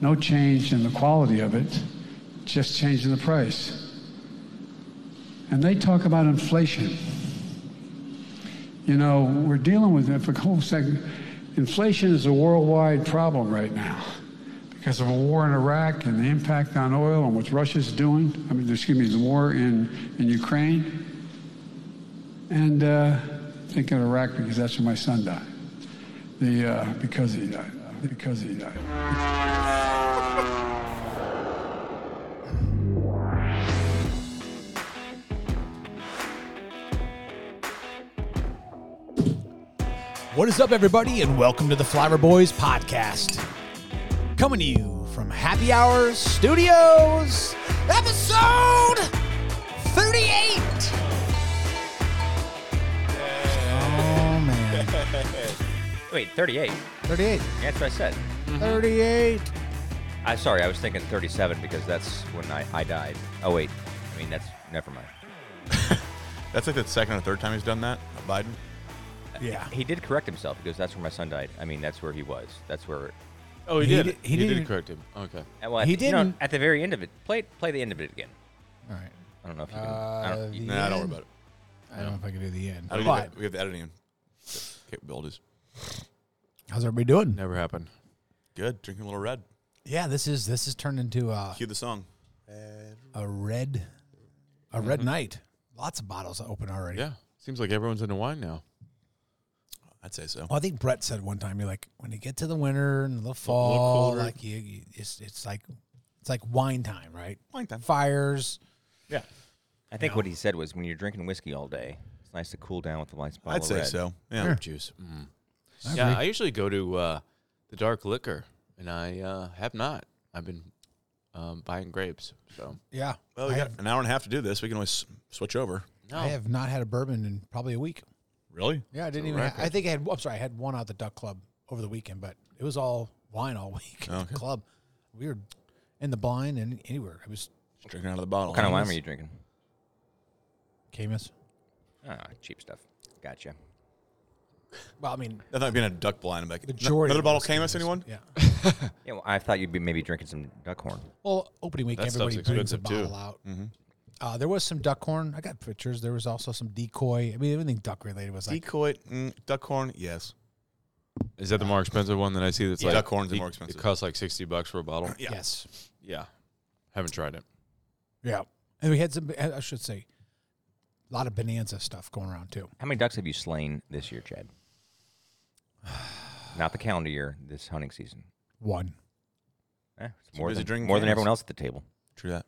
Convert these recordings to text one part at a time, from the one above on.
No change in the quality of it, just change in the price. And they talk about inflation. You know, we're dealing with it for a whole second. Inflation is a worldwide problem right now because of a war in Iraq and the impact on oil and what Russia's doing. I mean, excuse me, the war in, in Ukraine. And uh, thinking of Iraq because that's where my son died. The, uh, because he died. Because he died. What is up, everybody, and welcome to the Flower Boys Podcast. Coming to you from Happy Hour Studios, episode 38. Oh, man. Mm-hmm. Wait, 38. 38. That's what I said. 38. I sorry, I was thinking 37 because that's when I, I died. Oh wait, I mean that's never mind. That's like the second or third time he's done that, Biden. Yeah. He did correct himself because that's where my son died. I mean that's where he was. That's where. Oh, he He did did- it. he He did didn't- correct him. Okay. uh, Well, at He the- you know, didn't- at the very end of it, play play the end of it again. All right. I don't know if you can. I Uh, don't, the you- Nah, don't worry end? about it. I don't know if I can do the end. I don't But even, we have the editing capabilities. how's everybody doing? Never happened. Good. Drinking a little red. Yeah, this is this is turned into a, Cue the song. a red a red night. Lots of bottles open already. Yeah. Seems like everyone's into wine now. I'd say so. Well, I think Brett said one time, "You're like when you get to the winter and the fall, colder. like you, you it's, it's like it's like wine time, right? Wine time. Fires. Yeah. I think what he said was when you're drinking whiskey all day, it's nice to cool down with a nice bottle I'd of say red. so. Yeah. Juice. Mm. yeah, I usually go to uh, the dark liquor, and I uh, have not. I've been um, buying grapes. So Yeah. Well, we I, got have, an hour and a half to do this. We can always s- switch over. no. I have not had a bourbon in probably a week. Really? Yeah, I didn't even. Ha- I think I had. I'm sorry, I had one out at the Duck Club over the weekend, but it was all wine all week. at the Okay. club. We were in the blind and anywhere. It was Just drinking out of the bottle. What kind of wine were you drinking? Camus. Ah, cheap stuff. Gotcha. Well, I mean, I thought being a duck blind. I'm like, majority. Another of bottle those came us, Camus, anyone? Yeah. Yeah, well, I thought you'd be maybe drinking some Duckhorn. Well, opening week, That everybody stuff's brings a bottle expensive, too. out. Mm-hmm. Uh, there was some duck horn. I got pictures. There was also some decoy. I mean, everything duck related was like Decoy. Mm, duck horn. Yes. Is that the more expensive one that I see? That's Yeah. like Duck horns are it- more expensive. It costs like sixty bucks for a bottle. Yeah. yes, yeah. Haven't tried it. yeah. And we had some. I should say, a lot of bonanza stuff going around too. How many ducks have you slain this year, Chad? Not the calendar year, this hunting season. One Eh, it's more busy than, drinking more than cans. everyone else at the table. True that.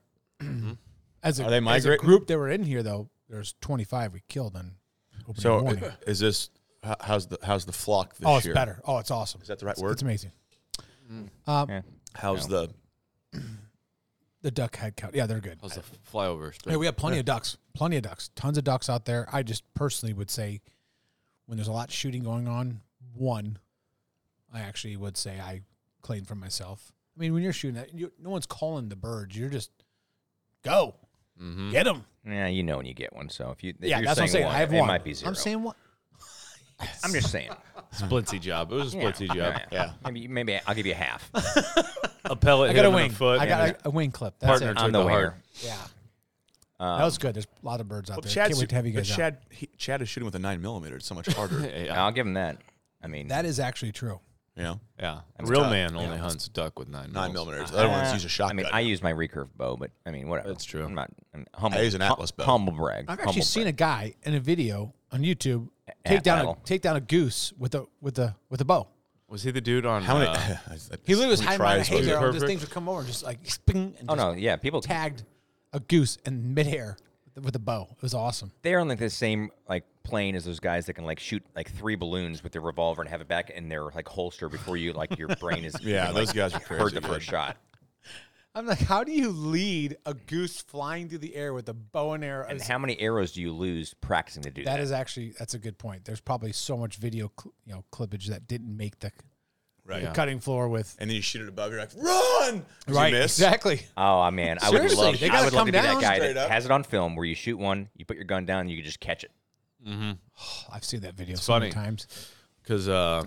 as a, Are they as a migrate- group that were in here though. There's 25 we killed on opening So morning. i- is this, h- how's the how's the flock this oh, it's year? better. Oh, it's awesome. Is that the right It's- word? It's amazing. Um, Yeah. How's the, The duck head count. Yeah, they're good. How's the flyover? Yeah, we have plenty of ducks. Plenty of ducks. Tons of ducks out there. I just personally would say when there's a lot of shooting going on, one, I actually would say I claim for myself. I mean, when you're shooting that, you, no one's calling the birds. You're just go get them. Yeah, you know when you get one. So if you, Mm-hmm. if Yeah, you're that's what I'm saying. One, I have it one. might be 0 I'm saying one. I'm just saying. Splintsy job. It was a Yeah. splintsy job. yeah. Maybe, maybe I'll give you a half. A pellet I got hit a him in wing. the foot. I got and a, a wing clip. That's Partner it. took I'm the Um, the winner. hard. Yeah. that was good. There's a lot of birds out there. Chad's- Can't wait to have you but guys out. Chad, he, Chad is shooting with a nine millimeter. It's so much harder. Yeah. I'll give him that. I mean, That is actually true. you know, Yeah. Real man only hunts duck with nine. nine mils. millimeters. The other ones uh, use a shotgun. I mean, I use my recurve bow, but I mean, whatever. That's true. I'm not I'm humble. I use an hum- Atlas bow. Humble brag. I've humble actually seen a brag. guy in a video on YouTube take At down battle. a take down a goose with a with a with a bow. Was he the dude on? How many? uh, I- I- He literally was we high try mountain. as Hey, well. it there, these perfect? things would come over, and just like sping, and Oh just no, yeah, people. tagged a goose in midair with the- with a bow. It was awesome. They're on like the same like plane as those guys that can like shoot like three balloons with their revolver and have it back in their like holster before you like your brain is Yeah, even, those like, guys are heard crazy, the dude. first shot. I'm like, how do you lead a goose flying through the air with a bow and arrow? And how many arrows do you lose practicing to do that? that is actually that's a good point. There's probably so much video, cl- you know, clippage that didn't make the, Right. the cutting floor with And then you shoot it above. You're like, run! 'Cause You miss. exactly. Oh man, I would Seriously, love. they I gotta would love to come be that down guy straight that up. has it on film, where you shoot one, you put your gun down, and you can just catch it. I've seen that video so many funny. times. because uh,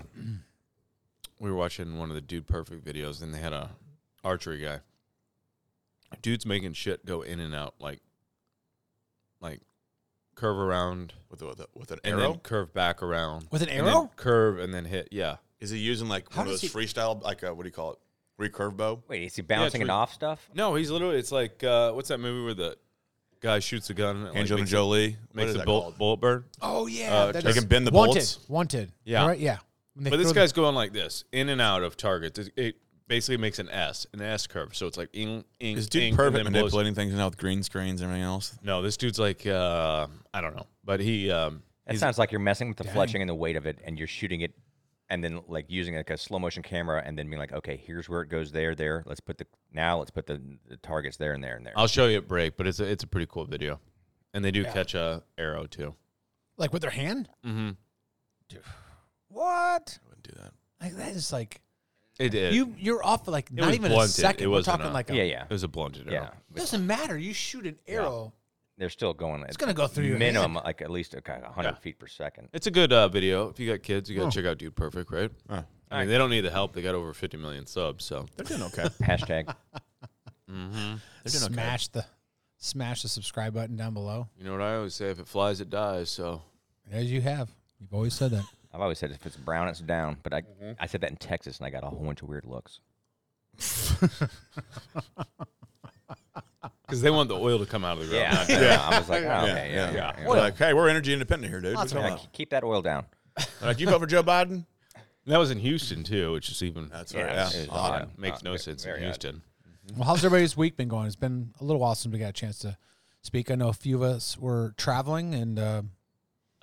we were watching one of the Dude Perfect videos, and they had a archery guy. Dude's making shit go in and out, like, like curve around With, a- with, a- with an and arrow? then curve back around With an and then arrow? curve and then hit. Yeah, Is he using like How one of does those he- freestyle, like uh what do you call it? Recurve bow? Wait, is he bouncing it's it re- off stuff? no, he's literally. It's like uh, what's that movie where the guy shoots a gun and it, like, Angelina makes, a- Jolie. What makes is a that bullet, called? bullet burn? Oh yeah, Uh, that they is- can bend the wanted, bullets? Wanted. Yeah. All right, yeah. When they But this throw the- guy's going like this, in and out of targets. It, it basically makes an S, an S curve. So it's like ing, ing, Is dude ing, and perfect then blows- manipulating things now with green screens and everything else? No, this dude's like uh, I don't know, but he um, That sounds like you're messing with the fletching and the weight of it, and you're shooting it, and then like using like a slow motion camera, and then being like, okay, here's where it goes, there, there. Let's put the now, let's put the, the targets there and there and there. I'll show you at break, but it's a, it's a pretty cool video, and they do catch a arrow too. like with their hand. Mm-hmm. What? I wouldn't do that. Like that is like It is. you. You're off for like not was even a blunted. second. It We're wasn't talking a- like a, yeah, yeah, it was a blunted arrow. yeah. Doesn't matter. You shoot an arrow. They're still going. It's gonna go through your minimum, like at least okay, 100 Yeah. feet per second. It's a good uh, video. If you got kids, you gotta check out Dude Perfect, right? I mean, they don't need the help. They got over 50 million subs, so They're doing okay. Hashtag. Smash the smash the subscribe button down below. you know what I always say: if it flies, it dies. So As you have. You've always said that. I've always said if it's brown, it's down. But I, I said that in Texas, and I got a whole bunch of weird looks. because they want the oil to come out of the ground. Yeah, I was like, oh, okay, yeah, yeah. We're like, hey, we're energy independent here, dude. What are you Yeah, talking ke- keep that oil down. about? They're like, you vote for Joe Biden? And that was in Houston too, which is even That's Yeah, right. it was Yeah. Odd. odd. makes Uh, no ve- sense very in odd. Houston. Well, how's everybody's week been going? It's been a little while since we got a chance to speak. I know a few of us were traveling and uh,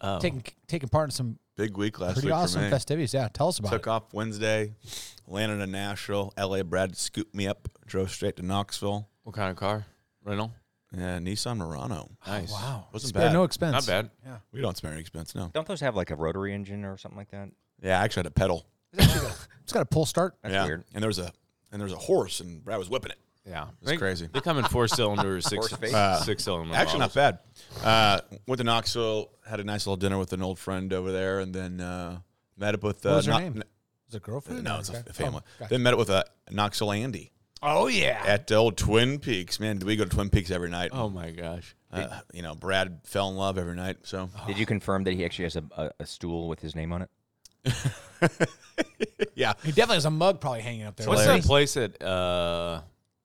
Oh. taking taking part in some Big week last pretty week awesome for me. festivities. Yeah, tell us about Took it. off Wednesday, landed in Nashville. LA Brad scooped me up, drove straight to Knoxville. What kind of car? Rental. Yeah, Nissan Murano. Nice. Wow, Wasn't Spare bad. No expense. Not bad. We don't spare any expense, no. Don't those have like a rotary engine or something like that? Yeah, I actually had a pedal. It's got a pull start. That's yeah. weird. And there was a and there was a horse and Brad was whipping it. Yeah, It's crazy. They come in four cylinder or six Horse face? six cylinder. Actually, not bad. Uh, went to Knoxville, had a nice little dinner with an old friend over there, and then uh, met up with. Uh, What was her Kno- name? Kn- Is it girlfriend? no, or it's a guy? f- family. Oh, gotcha. Then met up with uh, Knoxville Andy Oh, yeah. at the old Twin Peaks. Man, do we go to Twin Peaks every night? Oh my gosh. Uh, you know, Brad fell in love every night. So Did you confirm that he actually has a, a, a stool with his name on it? yeah, He definitely has a mug probably hanging up there. What's hilarious. that place at uh,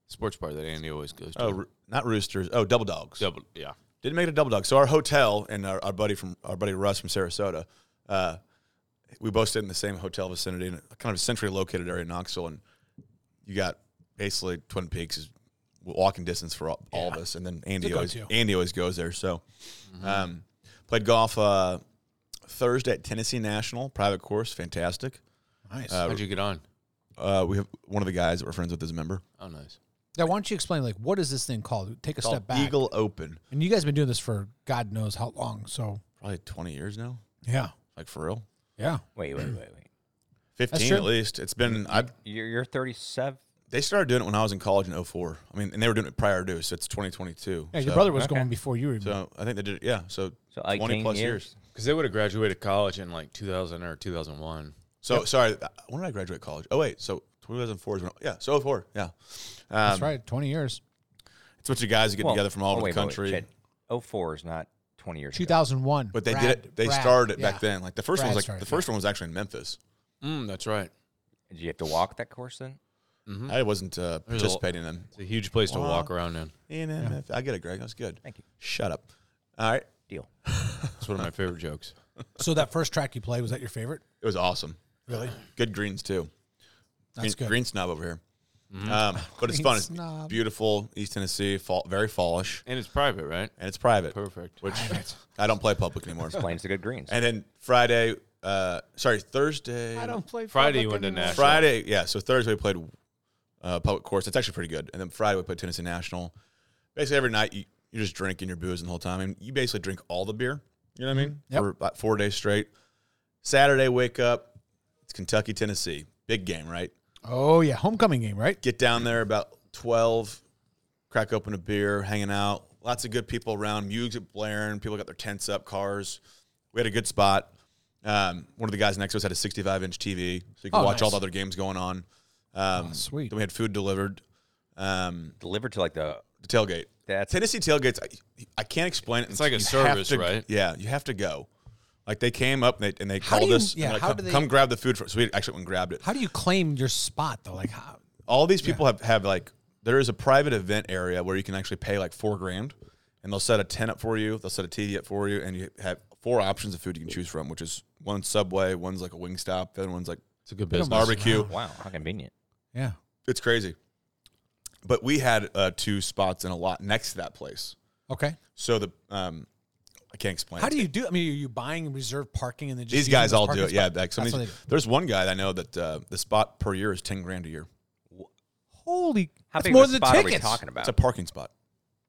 sports bar that Andy always goes to? Oh, Ro- not roosters. Oh, double dogs. double. Yeah. Didn't make it a double dog. So our hotel and our, our buddy from our buddy Russ from Sarasota, uh, we both stayed in the same hotel vicinity in a kind of a centrally located area in Knoxville, and you got basically Twin Peaks is walking distance for all, all of us, and then Andy Good always go-to. Mm-hmm. Andy always goes there. So, um, played golf uh, Thursday at Tennessee National private course, fantastic. Nice. How'd you get on? Uh, we have one of the guys that we're friends with is a member. Oh, nice. now, why don't you explain, like, what is this thing called? Take a Called step back. Eagle Open, And you guys been doing this for God knows how long. So, probably twenty years now, yeah. like for real, Yeah. Wait, wait, wait, wait. fifteen true. at least. It's been I You're, you're 37. They started doing it when I was in college in 04. I mean, and they were doing it prior to, so it's 2022. Yeah, so, your brother was going before you were. So I think they did it, yeah. So, So 18 20 plus years. years. Because they would have graduated college in like 2000 or 2001. So sorry, uh, when did I graduate college? Oh, wait, so 2004 is when, yeah, so 04, yeah. Um, That's right. 20 years. It's a bunch of guys who get Well, together from all oh, over wait, the wait, wait, country. Chad, 04 is not 20 years ago. 2001. but they Brad- did it, they Brad, started it back yeah. then. Like the first one Brad was like, started, the first one was actually in Memphis. Mm, that's right. Did you have to walk that course then? Mm-hmm. I wasn't uh, There's a l- participating in them. It's a huge place to walk around in. In MF. I get it, Greg. That was good. Thank you. Shut up. All right. Deal. It's one of my favorite jokes. So, that first track you played, was that your favorite? It was awesome. Really? Good greens, too. That's green, good. green snob over here. Um, but it's Green fun. It's snob. beautiful, East Tennessee, fall, very fallish, And it's private, right? and it's private, Perfect. which I don't play public anymore. Plains the good greens. and then Friday, uh, sorry, Thursday, play Friday you went to Nashville. Friday, yeah. So Thursday we played uh, public course. It's actually pretty good. And then Friday we played Tennessee National. Basically every night you, you're just drinking your booze the whole time, and you basically drink all the beer. You know what I mean? Mm-hmm. Yep. For about four days straight. Saturday wake up, it's Kentucky Tennessee, big game, right? Oh, yeah. Homecoming game, right? get down there about 12 crack open a beer hanging out lots of good people around music blaring people got their tents up cars we had a good spot um, one of the guys next to us had a 65 inch tv so you could Oh, watch all nice. the other games going on um, sweet. then we had food delivered um, Delivered to like the the tailgate. That's- Tennessee tailgates. I, I can't explain it. It's like a You have service, to- right? Yeah, you have to go. Like they came up and they, and they How do called you- us. and yeah, they're like, how come, do they- come grab the food. For, so we actually went and grabbed it. How do you claim your spot though? Like how? all these people have, have like there is a private event area where you can actually pay like four grand and they'll set a tent up for you they'll set a tv up for you and you have four options of food you can choose from which is one subway one's like a wing stop the other one's like It's a good business. barbecue wow, how convenient. Yeah. it's crazy but we had uh, two spots in a lot next to that place Okay. so the um, i can't explain How it. do you do? I mean, are you buying reserved parking and then just these using guys those all do parking it yeah spots? like some of That's what these- they do. there's one guy that i know that uh, the spot per year is 10 grand a year Holy, How that's big more of a than the spot are we tickets. talking about? it's a parking spot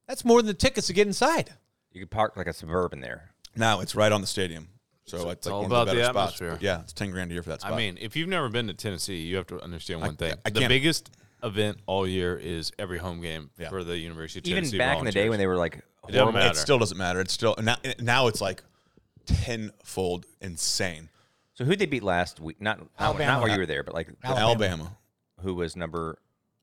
That's more than the tickets to get inside. you could park like a suburban there. No, it's right on the stadium. So it's, like all one about of the the better spots. atmosphere. But Yeah, it's ten grand a year for that spot. I mean, if you've never been to Tennessee, you have to understand one thing. I the can't- biggest event all year is every home game Yeah. for the University of Even Tennessee. back in the day when they were like doesn't horrible- matter. it still doesn't matter. It's still now, now it's like tenfold insane. So who'd they beat last week? Not not, Alabama. not while you were there, but like Alabama. who was number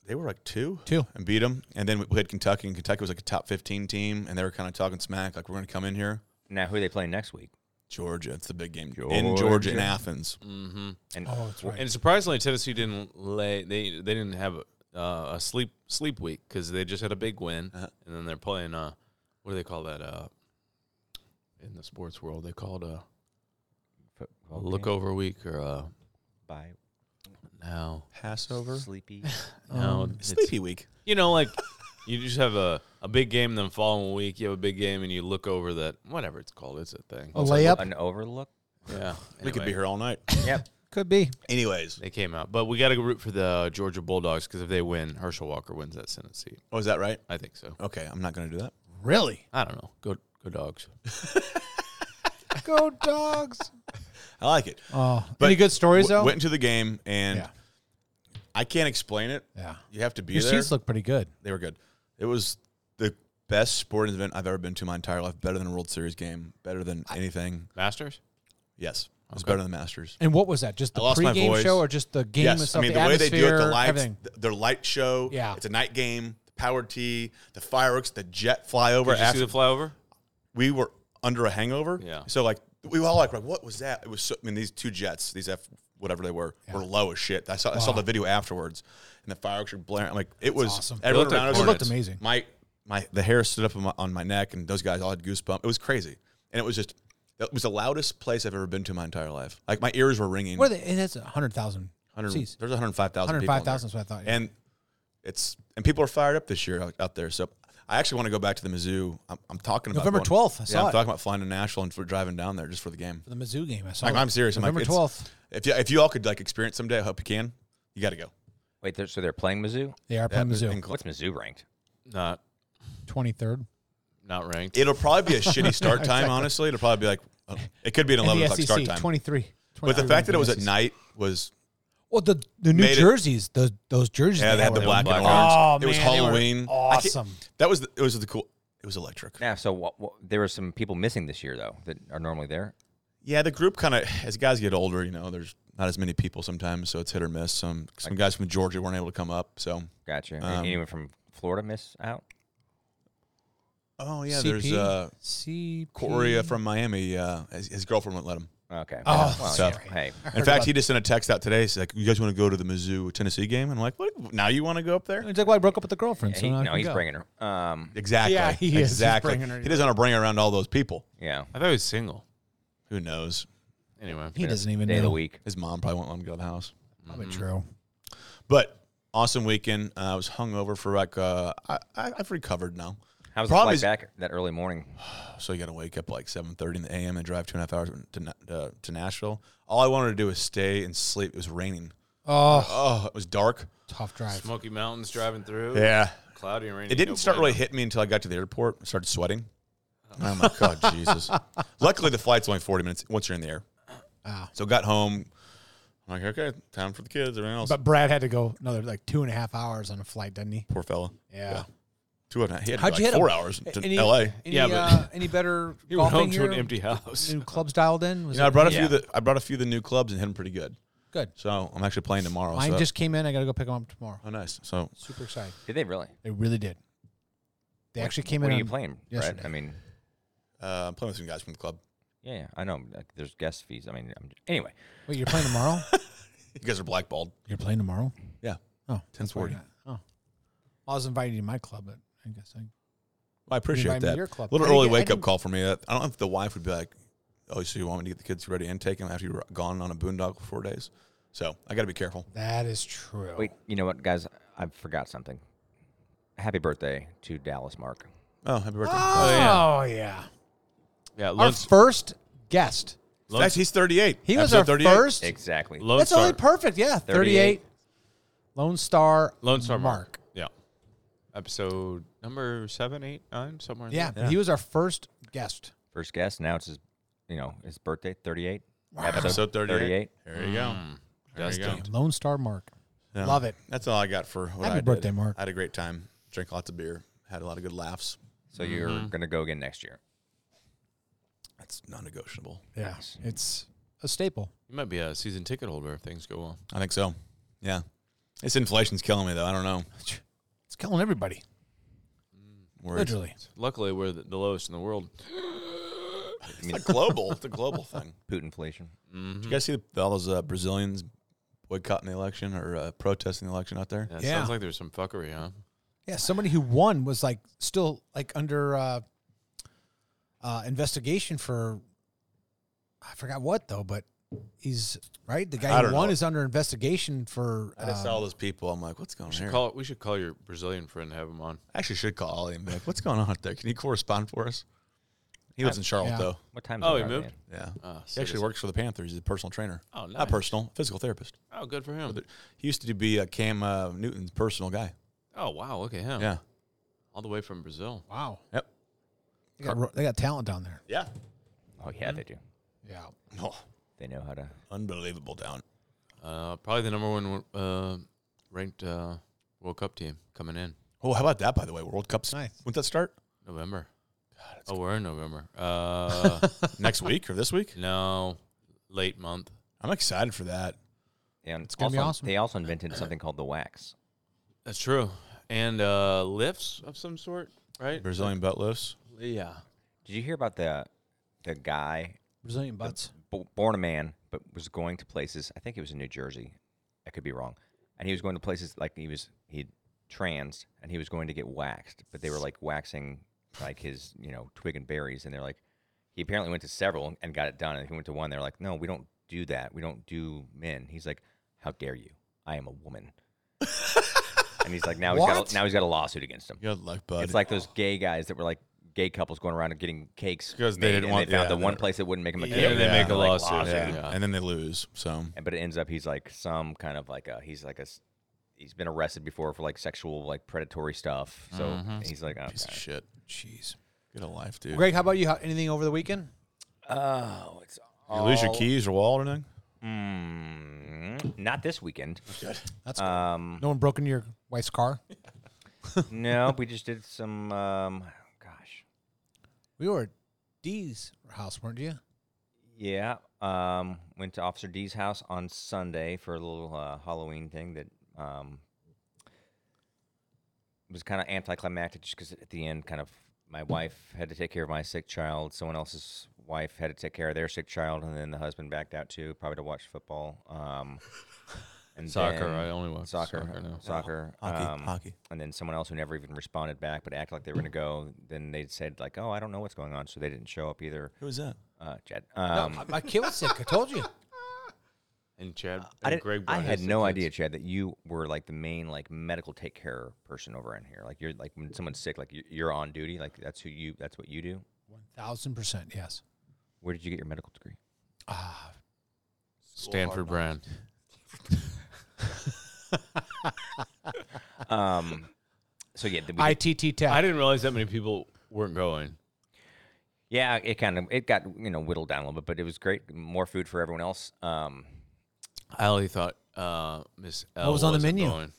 they were like two, Two. and beat them. And then we had Kentucky, and Kentucky was like a top fifteen team, and they were kind of talking smack, like we're going to come in here. now who are they playing next week? Georgia, it's the big game in Georgia Mm. in Athens. And Oh, that's right. and surprisingly, Tennessee didn't lay. They they didn't have uh, a sleep sleep week because they just had a big win, Uh-huh. and then they're playing. Uh, what do they call that? Uh, in the sports world, they called a, a look over week or a by now. Passover, sleepy. No, it's- sleepy week. You know, like you just have a, a big game, then following week you have a big game, and you look over that whatever it's called. It's a thing. A layup An overlook. Yeah, We could anyway, be here all night. Yep. could be. Anyways, They came out, but we got to root for the Georgia Bulldogs because if they win, Herschel Walker wins that Senate seat. oh, is that right? I think so. Okay, I'm not going to do that. Really? I don't know. Go go dogs. Go dogs. I like it. Oh, any good stories w- though? Went into the game, and Yeah. I can't explain it. yeah. You have to be Your there. seats look pretty good. They were good. It was the best sporting event I've ever been to in my entire life. Better than a World Series game. Better than anything. Masters. Yes, it was better than the Masters. And what was that? Just the I lost my pregame voice. show, or just the game yes, I itself? mean the, the, way they do it, the atmosphere, lights, everything. th- their light show. Yeah. it's a night game. The powered tee, the fireworks, the jet flyover. Did you see after- the flyover? we were under a hangover. Yeah. So like we were all like, like what was that? It was so, I mean these two jets, these F whatever they were, were low as shit. I saw I saw the video afterwards, and the fireworks were blaring. I'm like it was awesome. They everyone looked like around us. It looked amazing. My my the hair stood up on my, on my neck, and those guys all had goosebumps. It was crazy, and it was just it was the loudest place I've ever been to in my entire life. Like my ears were ringing. Where they? And that's a hundred thousand 100 seats. there's 105,000 people. in there. 105,000 is what I thought, yeah. And it's and people are fired up this year out, out there. So I actually want to go back to the Mizzou. I'm, I'm talking about November going- 12th, I yeah, saw I'm it. talking about flying to Nashville and for driving down there just for the game. The Mizzou game. I saw. Like, it. I'm serious. I'm like, November it's- twelfth. If you if you all could like experience someday, I hope you can. You got to go. Wait, they're, so they're playing Mizzou. They are playing Yeah, Mizzou. and- What's Mizzou ranked? Not Twenty third. not ranked. It'll probably be a shitty start time. Honestly, it'll probably be like oh, it could be an 11 The o'clock start SEC time. twenty three. But the fact that it E was at night was Well, the the New made it- jerseys, those those jerseys. yeah, they had were the black and black orange. Oh, it was man, they were Halloween. I can't- awesome. That was the, it was the cool. It was electric. Now, so what, what, there were some people missing this year though that are normally there. Yeah, the group kind of as guys get older, you know, there's not as many people sometimes, so it's hit or miss. Some some guys from Georgia weren't able to come up, so Gotcha. Um, Anyone from Florida miss out? oh yeah, CP? there's uh, CP. Corey uh, from Miami. Uh, his, his girlfriend wouldn't let him. Okay. Oh, well, so- yeah, hey, In fact, he just sent a text out today. He's like, "You guys want to go to the Mizzou Tennessee game?" And I'm like, "What? Now you want to go up there?" It's like, well, I broke up with the girlfriend. So he, now I no, can he's go. bringing her. Um, Exactly. Yeah, he is. He's exactly. bringing her- he doesn't want to bring around all those people. yeah. I thought he was single. Who knows? Anyway, He doesn't even Day know. of the week. Mm-hmm. His mom probably won't let him go to the house. Probably true. But awesome weekend. Uh, I was hungover for like uh, I, I, I've recovered now. How was the Problem flight is- back that early morning? So you got to wake up like seven thirty in the a.m. and drive two and a half hours to, Na- uh, to Nashville. All I wanted to do was stay and sleep. It was raining. Oh, Oh, it was dark. tough drive. Smoky Mountains driving through. Yeah, cloudy and rainy. it didn't no start bueno. really hitting me until I got to the airport. I started sweating. Oh my god, Jesus! Luckily, the flight's only forty minutes once you're in the air. So got home. I'm like, okay, time for the kids. Everything else, But Brad had to go another like two and a half hours on a flight, didn't he? poor fella. Yeah. Two and a half. He had How'd like you hit four him? hours to Any, L.A. Any, Yeah, but- uh, any better He went golfing home to here? an empty house. New clubs dialed in. Was You know, I brought a few. Yeah. Of the, I brought a few of the new clubs and hit them pretty good. Good. So I'm actually playing tomorrow. Mine so- just came in. I got to go pick them up tomorrow. oh nice. So Super excited. Did they really? They really did. They actually came What in. are you on- playing, Brett? yesterday. I mean, uh, I'm playing with some guys from the club. yeah, yeah, I know. Like, there's guest fees. I mean, I'm, anyway, Wait, you're playing tomorrow? You guys are blackballed. you're playing tomorrow? Yeah. Oh, Ten that's why forty. not. Oh, Well, I was invited to my club, but I guess I. I appreciate invited me to that. your club. A little I didn't early get- I wake up didn't- call for me. I don't know if the wife would be like, "Oh, so you want me to get the kids ready and take them after you're gone on a boondog for four days?" So I got to be careful. That is true. wait. You know what, guys? I forgot something. Happy birthday to Dallas Mark. Oh, happy birthday! Oh Uh, yeah. Yeah, Our Lone, first guest. in fact, he's 38. He was Episode our 38. first. Exactly. Lone That's Star, only perfect. Yeah, 38. Lone Star. Lone Star Mark. Yeah, episode number seven, eight, nine, somewhere. in Yeah, there. he was our first guest. First guest. Now it's his, you know, his birthday. Thirty-eight. Episode 38. 38. There you go. Hmm. There you go. Lone Star Mark. Yeah. Mm. Love it. That's all I got for Happy what I did. birthday, Mark. I had a great time. Drank lots of beer. Had a lot of good laughs. So Mm-hmm. you're gonna go again next year. That's non-negotiable. Yeah, it's a staple. You might be a season ticket holder if things go well. I think so. Yeah. This inflation's killing me though. I don't know. It's killing everybody. Worried. Literally. Luckily, we're the, the lowest in the world. It's like global. It's a global thing. Putin inflation. Did you guys see the, all those uh, Brazilians boycotting the election or uh, protesting the election out there? Yeah, it Yeah. sounds like there's some fuckery, huh? Yeah, somebody who won was like still like under uh, uh, investigation for I forgot what though, but he's right. The I guy who don't won know. is under investigation for. I just uh, saw all those people. I'm like, what's going on? We should here? call. We should call your Brazilian friend and have him on. I actually should call Ollie and be like, what's going on out there? Can you correspond for us? He lives in Charlotte Yeah. though. What time? is Oh, it he out, moved? man? Yeah. Ah, he actually citizen. works for the Panthers. He's a personal trainer. Oh, Not nice. personal, physical therapist. Oh, good for him. He used to be a Cam uh, Newton's personal guy. Oh, wow. Look at him. Yeah. All the way from Brazil. Wow, Yep. they got, ro- they got talent down there. Yeah. Oh yeah, they Mm-hmm. do. Yeah, Oh, They know how to. unbelievable down. Uh, probably the number one uh, ranked uh, World Cup team coming in Oh, how about that, by the way? World Cup's. Nice. When'd that start? November. oh, we're in November. Uh, Next week or this week? no, late month. I'm excited for that. And it's gonna also, be awesome. They also invented something called the wax. That's true. And uh, lifts of some sort, right? Brazilian butt lifts. Yeah. Did you hear about the the guy Brazilian butts. bo- born a man, but was going to places. I think it was in New Jersey. I could be wrong. And he was going to places like he was he trans, and he was going to get waxed, but they were like waxing like his you know twig and berries, and they're like he apparently went to several and got it done, and he went to one. They're like, no, we don't do that. We don't do men. He's like, how dare you? I am a woman. and he's like, now he's got What? a, now he's got a lawsuit against him. Good luck, bud. It's like those gay guys that were like gay couples going around and getting cakes 'Cause made, they didn't and want- they found yeah, the they- one place that wouldn't make them a Yeah, cake. they and make they're a like, lawsuit, yeah. Yeah. and then they lose. So And- But it ends up he's like some kind of like a he's like a s- he's been arrested before for like sexual like predatory stuff. So he's like Mm-hmm. piece of okay. shit. Jeez. Get a life, dude. Greg, how about you? How, anything over the weekend? oh, it's You lose your all- keys or wallet or anything? Mm, not this weekend. That's cool. Um, no one broke into your wife's car. no, we just did some. Um, gosh, We were at D's house, weren't you? Yeah. Um, went to Officer D's house on Sunday for a little uh, Halloween thing that um, was kind of anticlimactic just because at the end, kind of, my wife had to take care of my sick child. Someone else's wife had to take care of their sick child. And then the husband backed out too, probably to watch football. Um, and Soccer, then- I only watch soccer. soccer now. Soccer. Hockey, um, hockey. And then someone else who never even responded back but acted like they were going to go. Then they said, like, oh, I don't know what's going on. So they didn't show up either. Who was that? Uh, Jed. Um, no, my kid was sick. I told you. And Chad I, and didn't- Greg. I brought had his no kids. idea, Chad, that you were like the main like medical take care person over in here. Like you're like when someone's sick, like you- you're on duty. Like that's who you. That's what you do. Thousand percent, yes. Where did you get your medical degree? Ah, Stanford Brown. Um, so yeah, th- we did- ITT tech. I didn't realize that many people weren't going. yeah, it kind of it got you know whittled down a little bit, but it was great. More food for everyone else. Um, I only thought uh, Miss L was on the wasn't menu? going.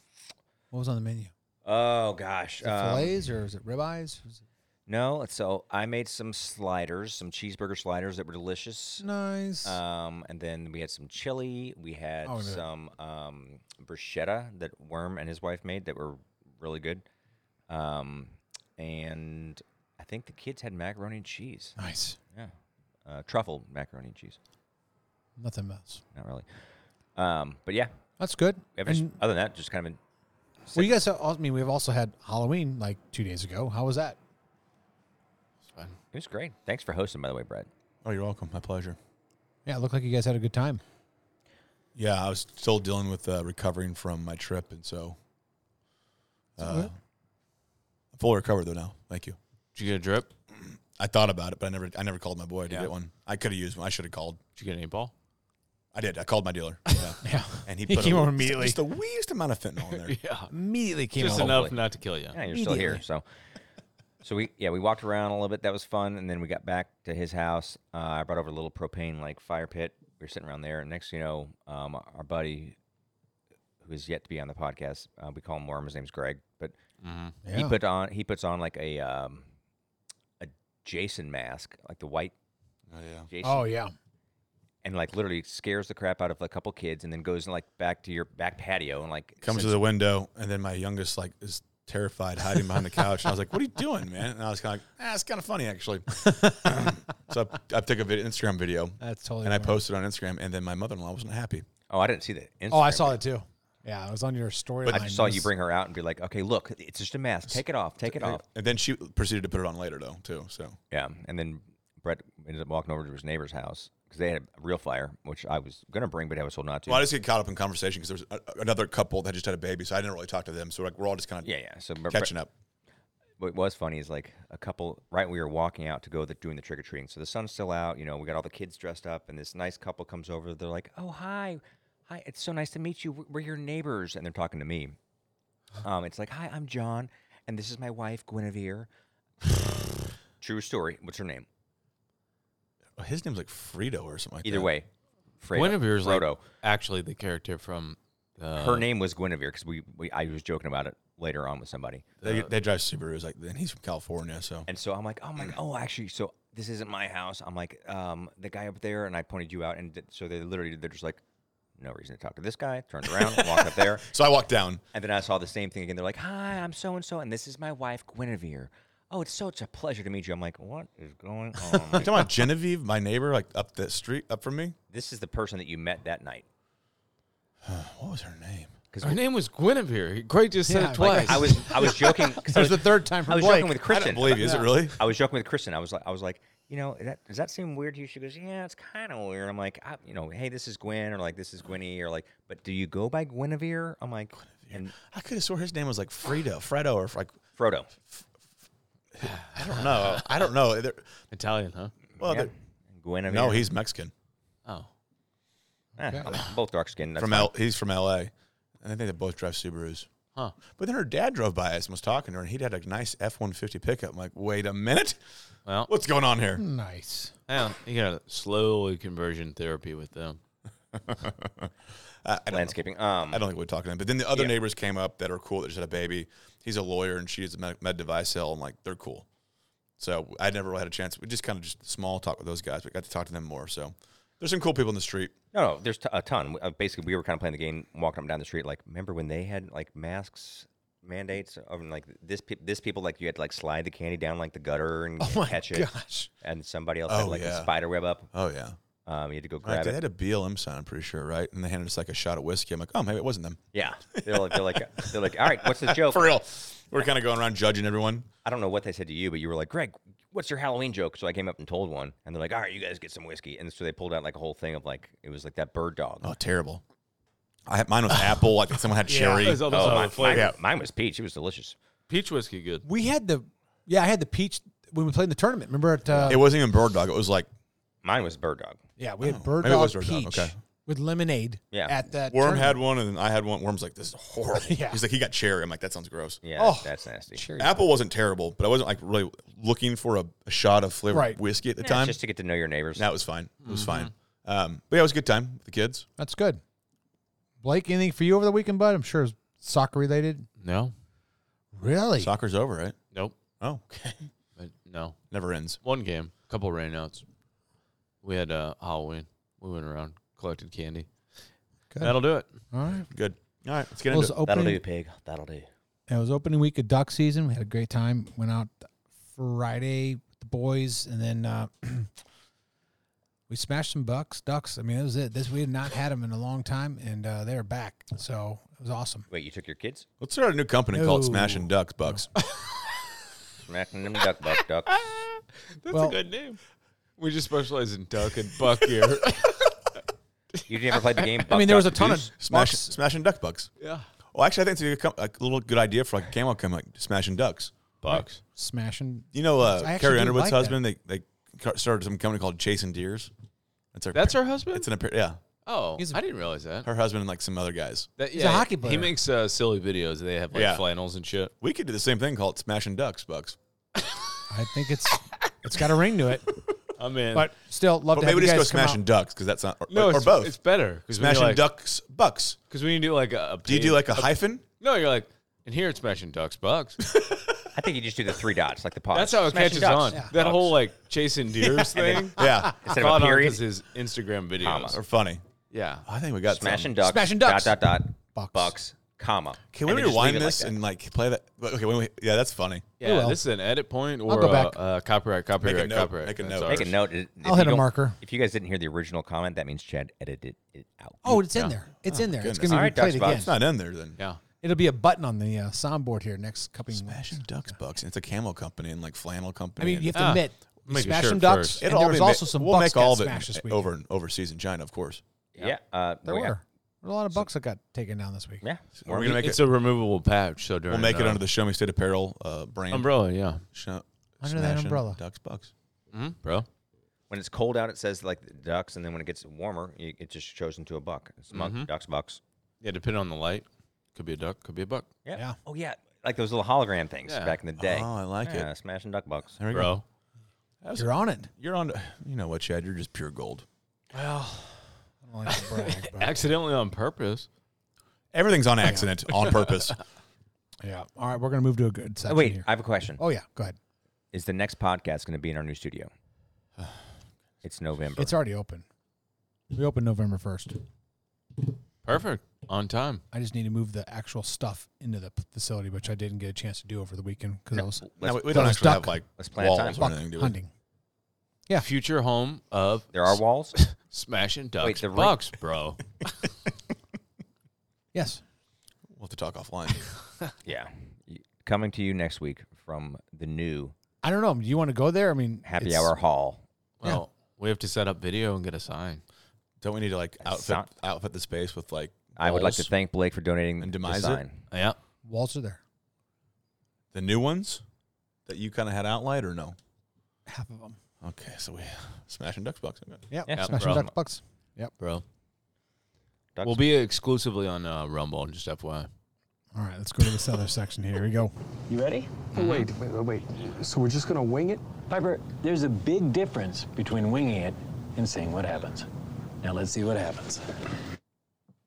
what was on the menu? oh gosh, Is it um, fillets or is it ribeyes? Was it- No, so I made some sliders, some cheeseburger sliders that were delicious. Nice. Um, and then we had some chili. We had Oh, yeah. some um, bruschetta that Worm and his wife made that were really good. Um, and I think the kids had macaroni and cheese. nice. Yeah, uh, truffle macaroni and cheese. Nothing else. Not really. Um, but yeah, That's good. we have just- And- other than that, just kind of. A, well, you guys. Have, I mean, we've also had Halloween like two days ago. How was that? it was great. Thanks for hosting, by the way, Brett. Oh, you're welcome. My pleasure. Yeah, it looked like you guys had a good time. Yeah, I was still dealing with uh, recovering from my trip, and so uh, I'm fully recovered though now. Thank you. Did you get a drip? I thought about it, but I never, I never called my boy to Yeah. get one. I could have used one. I should have called. Did you get any ball? I did. I called my dealer. Yeah. Yeah, And he, He put came a, over immediately. Just the weeest amount of fentanyl in there. Yeah. immediately came Just out. enough hopefully. not to kill you. Yeah, you're still here. So, so we yeah we walked around a little bit. That was fun, and then we got back to his house. Uh, I brought over a little propane like fire pit. We were sitting around there, and next thing you know, um, our buddy, who is yet to be on the podcast, uh, we call him Worm. His name's Greg, but he Yeah. put on he puts on like a um, a Jason mask, like the white Oh, yeah. Jason Oh yeah. and like literally scares the crap out of a couple kids and then goes and like back to your back patio and like Comes to the window, and then my youngest like is terrified, hiding behind the couch. And I was like, "What are you doing, man?" And I was kind of like, "Ah, it's kind of funny actually." so I, I took a vid- Instagram video That's totally. and I weird. posted it on Instagram, and then my mother-in-law wasn't happy. oh I didn't see that Oh, I saw it too. Yeah, it was on your storyline. I just saw you bring her out and be like okay look it's just a mask take it off take it off And then she proceeded to put it on later though too. So yeah and then Brett ended up walking over to his neighbor's house because they had a real fire which I was gonna bring but I was told not to well, I just get caught up in conversation because there was a, another couple that just had a baby, so I didn't really talk to them. So like we're all just kind of yeah yeah so Brett- catching up. what was funny is like a couple right when we were walking out to go the, doing the trick or treating. So the sun's still out, you know, we got all the kids dressed up and this nice couple comes over. They're like, "Oh, hi. Hi, it's so nice to meet you. We're- We're your neighbors." And they're talking to me. Um, it's like, "Hi, I'm John, and this is my wife, Guinevere." True story. What's her name? Oh, his name's like Frito or something like Either that. way, Fredo, One of yours, like, Frodo. actually the character from uh, her name was Guinevere because we, we I was joking about it later on with somebody. They, they drive Subarus, like, and he's from California, so And so I'm like, oh my, oh actually, so this isn't my house. I'm like, um, the guy up there, and I pointed you out, and th- so they literally they're just like, no reason to talk to this guy. Turned around, walked up there, so I walked down. and then I saw the same thing again. They're like, hi, I'm so and so, and this is my wife Guinevere. Oh, it's such a pleasure to meet you. I'm like, what is going on? You talking about Genevieve, my neighbor, like up the street, up from me? this is the person that you met that night. What was her name? Her name was Guinevere. Greg just said Yeah, it like, twice. I was I was joking. 'cause I There's the third time I from was Blake. joking with I Kristen. don't believe you. Is it really? I was joking with Kristen. I was like, I was like, you know, that, does that seem weird to you? She goes, yeah, it's kind of weird. I'm like, I, you know, hey, this is Gwen, or like, this is Gwenny, or like, but do you go by Guinevere? I'm like, and I could have swore his name was like Frito, Fredo, or like Frodo. I don't know. I don't know. They're- Italian, huh? well, Yeah. they're- Guinevere. no, he's Mexican. Oh. Eh, both dark skinned. from L. He's from L.A. And I think they both drive Subarus. Huh. But then her dad drove by us and was talking to her, and he'd had a nice F one fifty pickup. I'm like, wait a minute, Well, what's going on here? Nice. yeah, you got slowly conversion therapy with them. landscaping. Um, I don't think we are talking to him. But then the other neighbors came up that are cool that just had a baby. He's a lawyer and she is a med, med device cell, and like they're cool. So I never really had a chance. We just kind of just small talk with those guys, but got to talk to them more. So there's some cool people in the street. no, no, there's t- a ton. Uh, basically, we were kind of playing the game, walking up and down the street. Like, remember when they had like masks? Mandates of like this, pe- this people like you had to like slide the candy down like the gutter and catch it, Gosh. and somebody else Oh, had like yeah. a spider web up. Oh yeah, Um, you had to go like, grab they it. had a BLM sign, I'm pretty sure, right? And they handed us like a shot of whiskey. I'm like, oh, maybe it wasn't them. Yeah, they're like, they're like, they're like, all right, what's the joke? For real, we're kind of going around judging everyone. I don't know what they said to you, but you were like, Greg, what's your Halloween joke? So I came up and told one, and they're like, all right, you guys get some whiskey, and so they pulled out like a whole thing of like, it was like that bird dog. Oh, terrible. I had, mine was apple. I think someone had cherry. There's all those other Oh, mine, mine, flavors. mine was peach. It was delicious. Peach whiskey, good. We had the yeah, I had the peach when we played in the tournament. Remember at uh, it wasn't even bird dog. It was like Mine was bird dog. yeah, we had bird maybe it dog was bird dog, peach okay. with lemonade. Yeah. at that Worm tournament. had one, and then I had one. Worm's like, this is horrible. Yeah. He's like, he got cherry. I'm like, that sounds gross. Yeah, Oh. that's nasty. Sure. Apple wasn't terrible, but I wasn't like really looking for a, a shot of flavored Right. whiskey at the Yeah, time. just Mm-hmm. to get to know your neighbors. And that was fine. It was fine. Um, but yeah, it was a good time with the kids. That's good. Blake, anything for you over the weekend, bud? I'm sure it's soccer related. No, Really? Soccer's over, right? nope. Oh, okay. But No, Never ends. one game, couple rainouts. We had uh, Halloween. We went around, collected candy. Good. That'll do it. All right. Good. All right, let's get Well, into it's it. That'll opening, do, pig. That'll do. it was opening week of duck season. We had a great time. Went out Friday with the boys, and then uh, we smashed some bucks, ducks. I mean, that was it. This we had not had them in a long time, and uh, they were back. So it was awesome. Wait, you took your kids? Let's start a new company called No. Smashing Ducks Bucks. Smacking them duck, buck, duck. That's Well- good name. We just specialize in duck and buck here. You never played the game? I mean, there was a ton of Smash, bucks. smashing Duck Bucks. yeah. Well, actually, I think it's a, good com- a little good idea for like a camo company, like Smashing Ducks. Bucks. smashing. You know, I uh, actually Carrie do Underwood's like that. husband. They they ca- started some company called Chasing Deers. That's her. That's her husband? It's an appear- yeah. oh, He's a- I didn't realize that. Her husband and like some other guys. That- He's a hockey He player. makes uh, silly videos. They have like Yeah. flannels and shit. We could do the same thing called Smashing Ducks Bucks. I think it's it's got a ring to it, I'm in. but still love But to have maybe you just go guys come out. Smashing Ducks because that's not or, no, or it's, both. It's better because smashing like, Ducks Bucks. Because when you do like a, a Do you do page- like a hyphen? No, you're like, and here it's smashing ducks, bucks. I think you just do the three dots, like the pause. That's how it Smashing catches ducks. on. That whole like chasing deers thing. Yeah, Instead caught of a on period, 'cause his Instagram videos. Comma. or funny. Yeah. I think we got smashing something. ducks, Smashing ducks. dot, dot, dot, Bucks. bucks, comma. Can we And then just rewind leave it like this that. and like play that? but, Okay, when we, yeah, that's funny. Yeah, will. this is an edit point or go a, back. a copyright, copyright, note, copyright. make a That's note. ours. Make a note. If I'll you hit a don't- marker. If you guys didn't hear the original comment, that means Chad edited it out. Oh, it's in there. It's in there. It's goodness. gonna be All right, played Ducks Box. again. It's not in there then. Yeah. It'll be a button on the uh, soundboard here next couple of weeks. Smashing Ducks Bucks. It's a camo company and like flannel company. I mean, and- you have to Ah, admit, you make a smash shirt some ducks. first. And all there be was ma- also some We'll bucks make all got of it smashed this week. over in overseas in China, of course. Yeah. Uh, there we were. got- There were a lot of bucks that got taken down this week. Yeah. We're gonna make it's it. a removable patch. So during we'll make it uh, under the Show Me State Apparel uh, brand. umbrella. Yeah. Sh- Under that smashing umbrella. Ducks Bucks. hmm Bro. when it's cold out, it says like the ducks, and then when it gets warmer, you- it just shows into a buck. It's monk, Mm-hmm. ducks, bucks. Yeah, depending on the light. Could be a duck, could be a buck. Yeah. Oh yeah, like those little hologram things Yeah. back in the day. Oh, I like yeah, it. Smashing duck bucks. There we go. Bro. You're on it. You're on. You know what, Chad? You're just pure gold. I don't like to brag, but- Accidentally on purpose. Everything's on accident, on purpose. yeah. All right, we're gonna move to a good Oh, section wait, here. I have a question. oh yeah, go ahead. Is the next podcast going to be in our new studio? It's November. It's already open. We open November first. Perfect. On time. I just need to move the actual stuff into the p- facility, which I didn't get a chance to do over the weekend because I was no, we, we Let's- don't let's actually duck. have like Let's plan walls time. or buck anything. Do we? hunting. Yeah. Future home of there are walls. smashing ducks. Wait, the ring- bucks, bro. Yes. We'll have to talk offline. yeah. Y- Coming to you next week from the new I don't know. Do you want to go there? I mean, Happy it's- Hour Hall. Well, we have to set up video and get a sign. don't we need to like outfit not- outfit the space with like? I would like to walls? thank Blake for donating the And demise it? sign. Yeah. Walls are there. the new ones that you kind of had outlined or no? Half of them. Okay, so we smashing Ducks Bucks. Okay. Yeah. Yeah, Smashing bro. duck bucks. Yep. Bro. Ducks. We'll be exclusively on uh, Rumble, just FYI. All right, let's go to this other section. Here we go. You ready? Oh, Uh-huh. Wait, wait, wait, wait. So we're just gonna wing it? Piper, there's a big difference between winging it and seeing what happens. Now let's see what happens.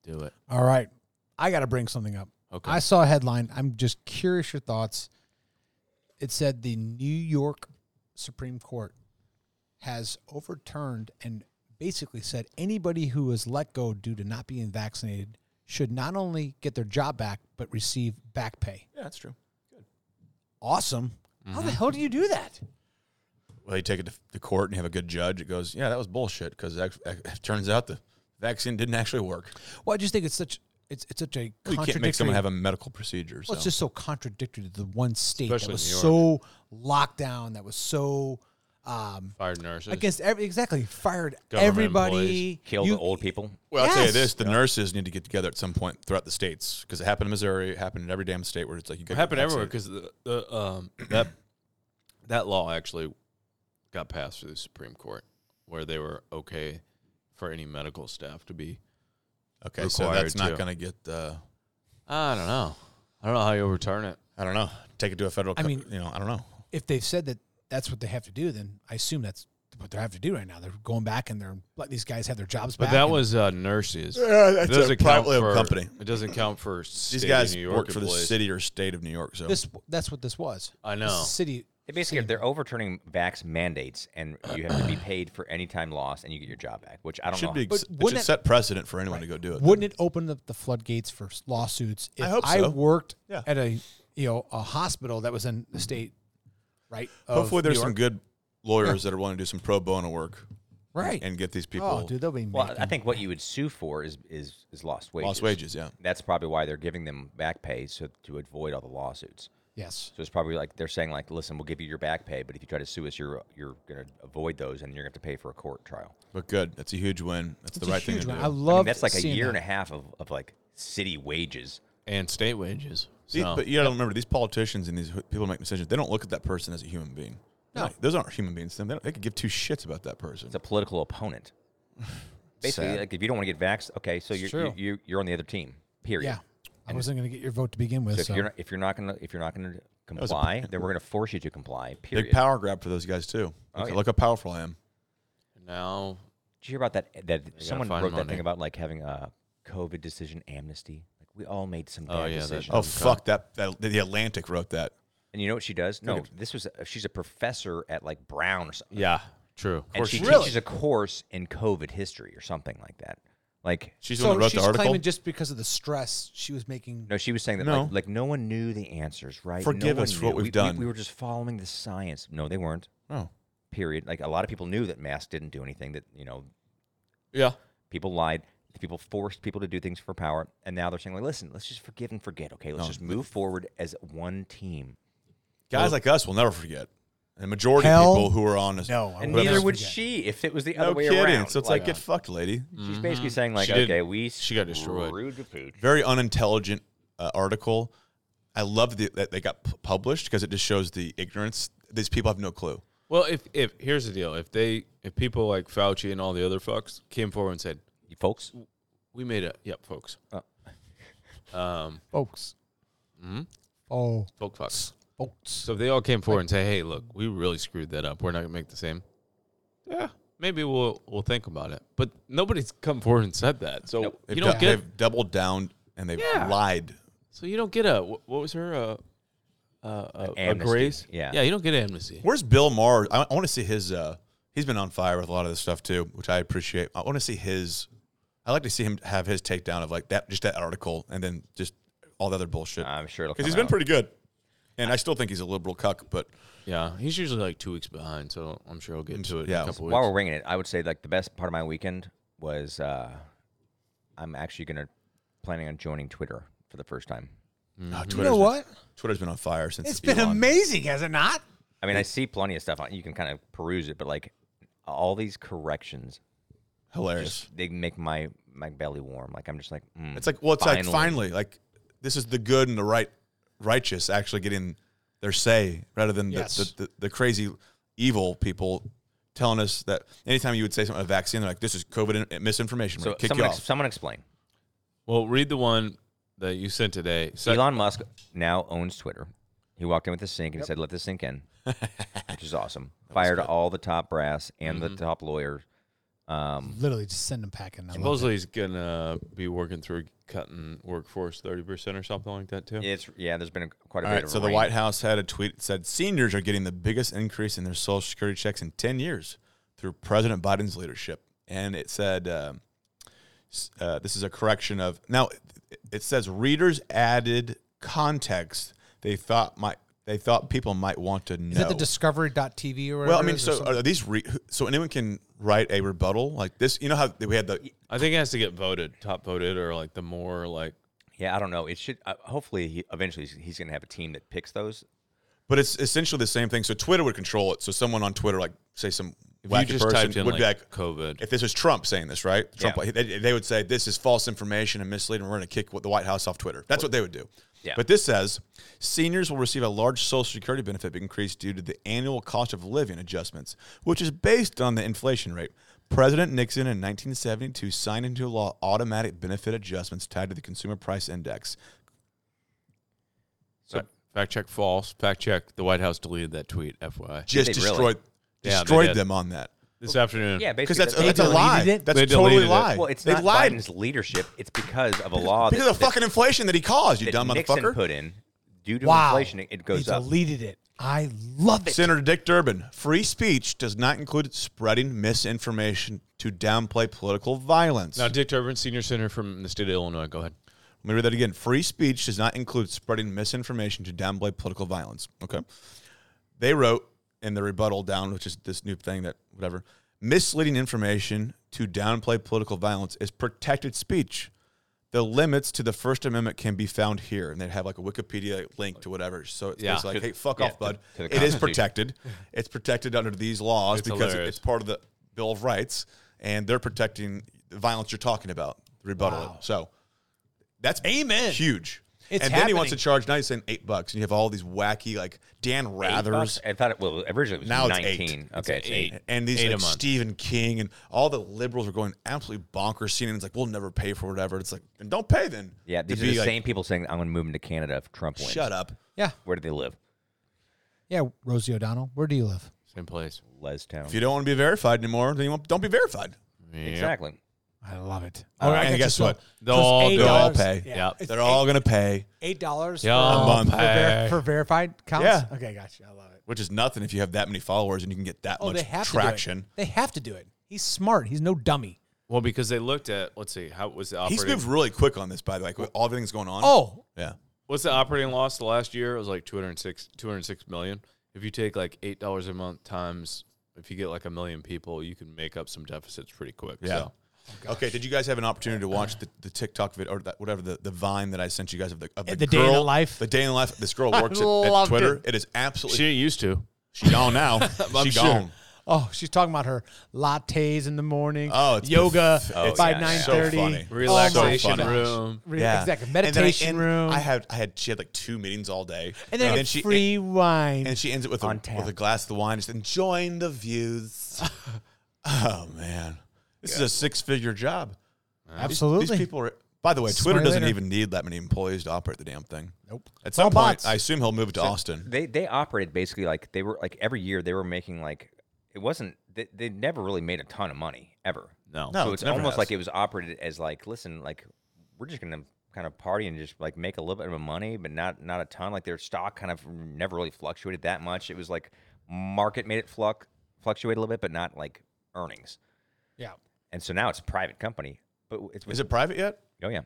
Do it. All right. I got to bring something up. Okay. I saw a headline. I'm just curious your thoughts. It said the New York Supreme Court has overturned and basically said anybody who was let go due to not being vaccinated should not only get their job back but receive back pay. Yeah, that's true. Awesome. How Mm-hmm. the hell do you do that? Well, you take it to the court and you have a good judge. It goes, yeah, that was bullshit because it turns out the vaccine didn't actually work. Well, I just think it's such it's it's such a You contradictory can't make someone have a medical procedure. So. Well, it's just so contradictory to the one state Especially that was New so locked down, that was so um, Fired nurses. against every exactly fired Government everybody. Kill You- the old people. well, I'll tell you Yes. this: the nurses need to get together at some point throughout the states because it happened in Missouri. It happened in every damn state where it's like you got It happened everywhere because the, the um that that law actually got passed through the Supreme Court, where they were okay for any medical staff to be. Okay, so required that's not to. going to get. Uh, I don't know. I don't know how you overturn it. I don't know. Take it to a federal. I co- mean- you know, I don't know. If they've said that that's what they have to do, then I assume that's what they have to do right now. They're going back and they're letting these guys have their jobs But back. that and- was uh, nurses. Yeah, It that's doesn't a count privately owned for- company. It doesn't count for These state of guys New York work for the employees. city or state of New York. So this. That's what this was. I This know. city They basically they're overturning vax mandates, and you have to be paid for any time lost, and you get your job back. Which I don't know. Should be But ex- it should wouldn't it- set precedent for anyone to go do it. Wouldn't it open up the floodgates for s- lawsuits if I hope so. worked Yeah. at a you know a hospital that was in the state, right? of Hopefully, there's New some York? good lawyers that are willing to do some pro bono work right. and get these people oh, dude, they'll be Well, making- I think what you would sue for is is is lost wages. lost wages. Yeah, That's probably why they're giving them back pay so to avoid all the lawsuits. yes. So it's probably like they're saying like, listen, we'll give you your back pay, but if you try to sue us, you're you're gonna avoid those, and you're gonna have to pay for a court trial. but good. That's a huge win. That's It's the a right thing huge to do. one. I I love mean, that's like a seeing year that. and a half of, of like city wages. and state wages. These- So but you got to remember, these politicians and these who- people who make decisions, they don't look at that person as a human being. No. Like, those aren't human beings. to them. They, don't, they could give two shits about that person. It's a political opponent. Basically, Sad. like if you don't want to get vaxxed, okay, so you're true. you, you, you're on the other team. Period. Yeah, I wasn't going to get your vote to begin with. So So, if you're not, if you're not gonna if you're not gonna was a- comply, then we're gonna force you to comply. Period. Big power grab for those guys too. Oh, Look- yeah. Look how powerful I am. now Did you hear about that? That someone find wrote that money. thing about like having a COVID decision amnesty. Like we all made some bad Oh, yeah, that- decisions. Oh fuck that, that! The Atlantic wrote that. And you know what she does? No, this was she's a professor at like Brown or something. Yeah, true. and she teaches a course in COVID history or something like that. Like She's the so one who wrote she's the article. claiming just because of the stress she was making. no, she was saying that No. like, like no one knew the answers, right? No Forgive one us for what knew. we've We- we- done. We, were just following the science. No, they weren't. oh Period. Like a lot of people knew that masks didn't do anything. That you know yeah, people lied. People forced people to do things for power, and now they're saying, "Like, listen, let's just forgive and forget. Okay, let's just move forward as one team." guys like us will never forget. And the majority of Hell people who are on this, no, I who And have never neither this- would forget. she if it was the other no way kidding. around. So it's like, get fucked, lady. she's Mm-hmm. basically saying, like, She did- okay, we she got destroyed. screwed the pooch. Very unintelligent uh, article. I love the, that they got p- published because it just shows the ignorance. These people have no clue. Well, if if here's the deal, if they if people like Fauci and all the other fucks came forward and said You folks, we made a yep, folks, um, folks. Hmm? Oh, folk fucks. folks. So if they all came forward and say, hey, look, we really screwed that up. We're not gonna make the same. Yeah, maybe we'll we'll think about it. But nobody's come forward and said that, so They've, you dou- don't get they've doubled down and they've Yeah. lied. so you don't get a wh- what was her uh, uh, uh, a amnesty, grace? yeah. yeah, you don't get an amnesty. Where's Bill Maher? I, I want to see his. Uh, he's been on fire with a lot of this stuff too, which I appreciate. I want to see his. I like to see him have his takedown of like that, just that article, and then just all the other bullshit. I'm sure it'll because come he's been out. pretty good, and I still think he's a liberal cuck. But Yeah, he's usually like two weeks behind, so I'm sure he'll get to it yeah. in a couple While we're weeks. ringing it, I would say like the best part of my weekend was uh, I'm actually gonna planning on joining Twitter for the first time. Ah, Twitter's You know been- what? Twitter's been on fire since It's been Elon. amazing, has it not? I mean, I see plenty of stuff on. You can kind of peruse it, but like all these corrections, Hilarious. they make my my belly warm. Like I'm just like, mm, It's like well, it's like finally, like this is the good and the right, righteous actually getting their say rather than Yes. the, the, the, the crazy evil people telling us that anytime you would say something about a vaccine, they're like, "This is COVID in- misinformation." We're So gonna kick you someone, ex- off. someone explain. Well, read the one that you sent today. So- Elon Musk now owns Twitter. He walked in with a sink and he said, "Let this sink in," which is awesome. Fired all the top brass and Mm-hmm. the top lawyers. Um, Literally, just send them packing. I love Supposedly he's gonna be working through cutting workforce thirty percent or something like that too. it's yeah. There's been a, quite a All bit. right, of so a the rain. White House had a tweet that said seniors are getting the biggest increase in their Social Security checks in 10 years through President Biden's leadership. And it said, um, s- uh, this is a correction of, now it- it says readers added context they thought might. They thought people might want to know. Is that the discovery.tv or whatever? well, I it mean, is, or so uh, something? are these re- so anyone can write a rebuttal like this? You know how we had the I think it has to get voted, top voted, or like the more like Yeah, I don't know. It should. Uh, hopefully, he, eventually he's, he's going to have a team that picks those. But it's essentially the same thing. So Twitter would control it. So someone on Twitter, like say some If you wacky just person, typed in, would be like, like COVID. If this was Trump saying this, right? Trump, Yeah. they, they would say this is false information and misleading. We're going to kick the White House off Twitter. That's what they would do. Yeah. But this says seniors will receive a large Social Security benefit increase due to the annual cost of living adjustments, which is based on the inflation rate. President Nixon in 1972 signed into law automatic benefit adjustments tied to the Consumer Price Index. so fact check false, fact check. The White House deleted that tweet, FYI. Just they really? destroyed, Yeah, they destroyed did. them on that. this afternoon. Yeah, Because basically that's, they that's a deleted- lie. it? That's They totally deleted it. lie. Well, it's they not lied Biden's leadership. It's because of a law because that, of the fucking inflation that he caused. You that dumb Nixon motherfucker. put in. Due to wow. inflation, it, it goes he up. deleted it. I love it. Senator Dick Durbin, free speech does not include spreading misinformation to downplay political violence. Now, Dick Durbin, senior senator from the state of Illinois. Go ahead. Let me read that again. Free speech does not include spreading misinformation to downplay political violence. Okay. They wrote in the rebuttal down, which is this new thing that, whatever, misleading information to downplay political violence is protected speech. The limits to the First Amendment can be found here. And they'd have like a Wikipedia link to whatever. So it's Yeah. basically like, To- hey, fuck yeah, off, to- bud. to the it is Constitution. protected. It's protected under these laws It's because hilarious. it's part of the Bill of Rights and they're protecting the violence you're talking about, rebuttal. it. So that's Amen. huge. It's and then he wants to happening. charge now he's saying eight bucks, and you have all these wacky like Dan Rathers, I thought it well originally it was Now it's eight. nineteen. okay, it's eight. and these Eight a like month. Stephen King, and all the liberals are going absolutely bonkers. CNN's like, we'll never pay for whatever. It's like, then don't pay then. Yeah, To these are be the like, same people saying I'm going to move them to Canada if Trump wins. Shut up. yeah, Where do they live? yeah. Rosie O'Donnell, where do you live? Same place. Lestown. If you don't want to be verified anymore, then you won't, don't be verified. Exactly. I love it. All right, I and got guess you. what? So They'll it's all- eight they'll all dollars. pay. Yeah. it's They're all going to pay, eight dollars Yeah, for, a month. for, ver- Hey. for verified counts. Yeah. Okay, gotcha. I love it. which is nothing if you have that many followers and you can get that Oh, much they have traction. To do it. They have to do it. He's smart. He's no dummy. Well, because they looked at let's see, how was the He's operating? moved really quick on this, by the way. Like, with all everything's going on. Oh, yeah. What's the operating loss the last year? It was like 206, 206 million. If you take like eight dollars a month times, if you get like a million people, you can make up some deficits pretty quick. Yeah. So. Oh, okay. Did you guys have an opportunity to watch the, the TikTok video or that, whatever the, the Vine that I sent you guys of the, of the, The day in girl, the life? The day in the life. This girl works at, at loved Twitter. it. it is absolutely She ain't used to. she, gone now. she sure. gone. oh, she's talking about her lattes in the morning. Oh, it's yoga path- oh, by yeah, nine yeah. So thirty. Oh, funny. Relaxation funny. room. Exactly. And then I- Meditation and room. I had I had she had like two meetings all day, and then, she free wine. and she ends it with On a, tap. with a glass of wine, just enjoying the views. oh man, this is a six figure job. Absolutely. These people are. By the way, Smart Twitter doesn't later. even need that many employees to operate the damn thing. Nope. At It's some all point, bots. I assume he'll move to Austin. They they operated basically like they were like every year they were making like it wasn't they, they never really made a ton of money ever. No. No, so it it's never almost has. like it was operated as like listen like we're just gonna kind of party and just like make a little bit of money but not not a ton like their stock kind of never really fluctuated that much it was like market made it fluc- fluctuate a little bit but not like earnings yeah. and so now it's a private company but it's Is it private yet? oh yeah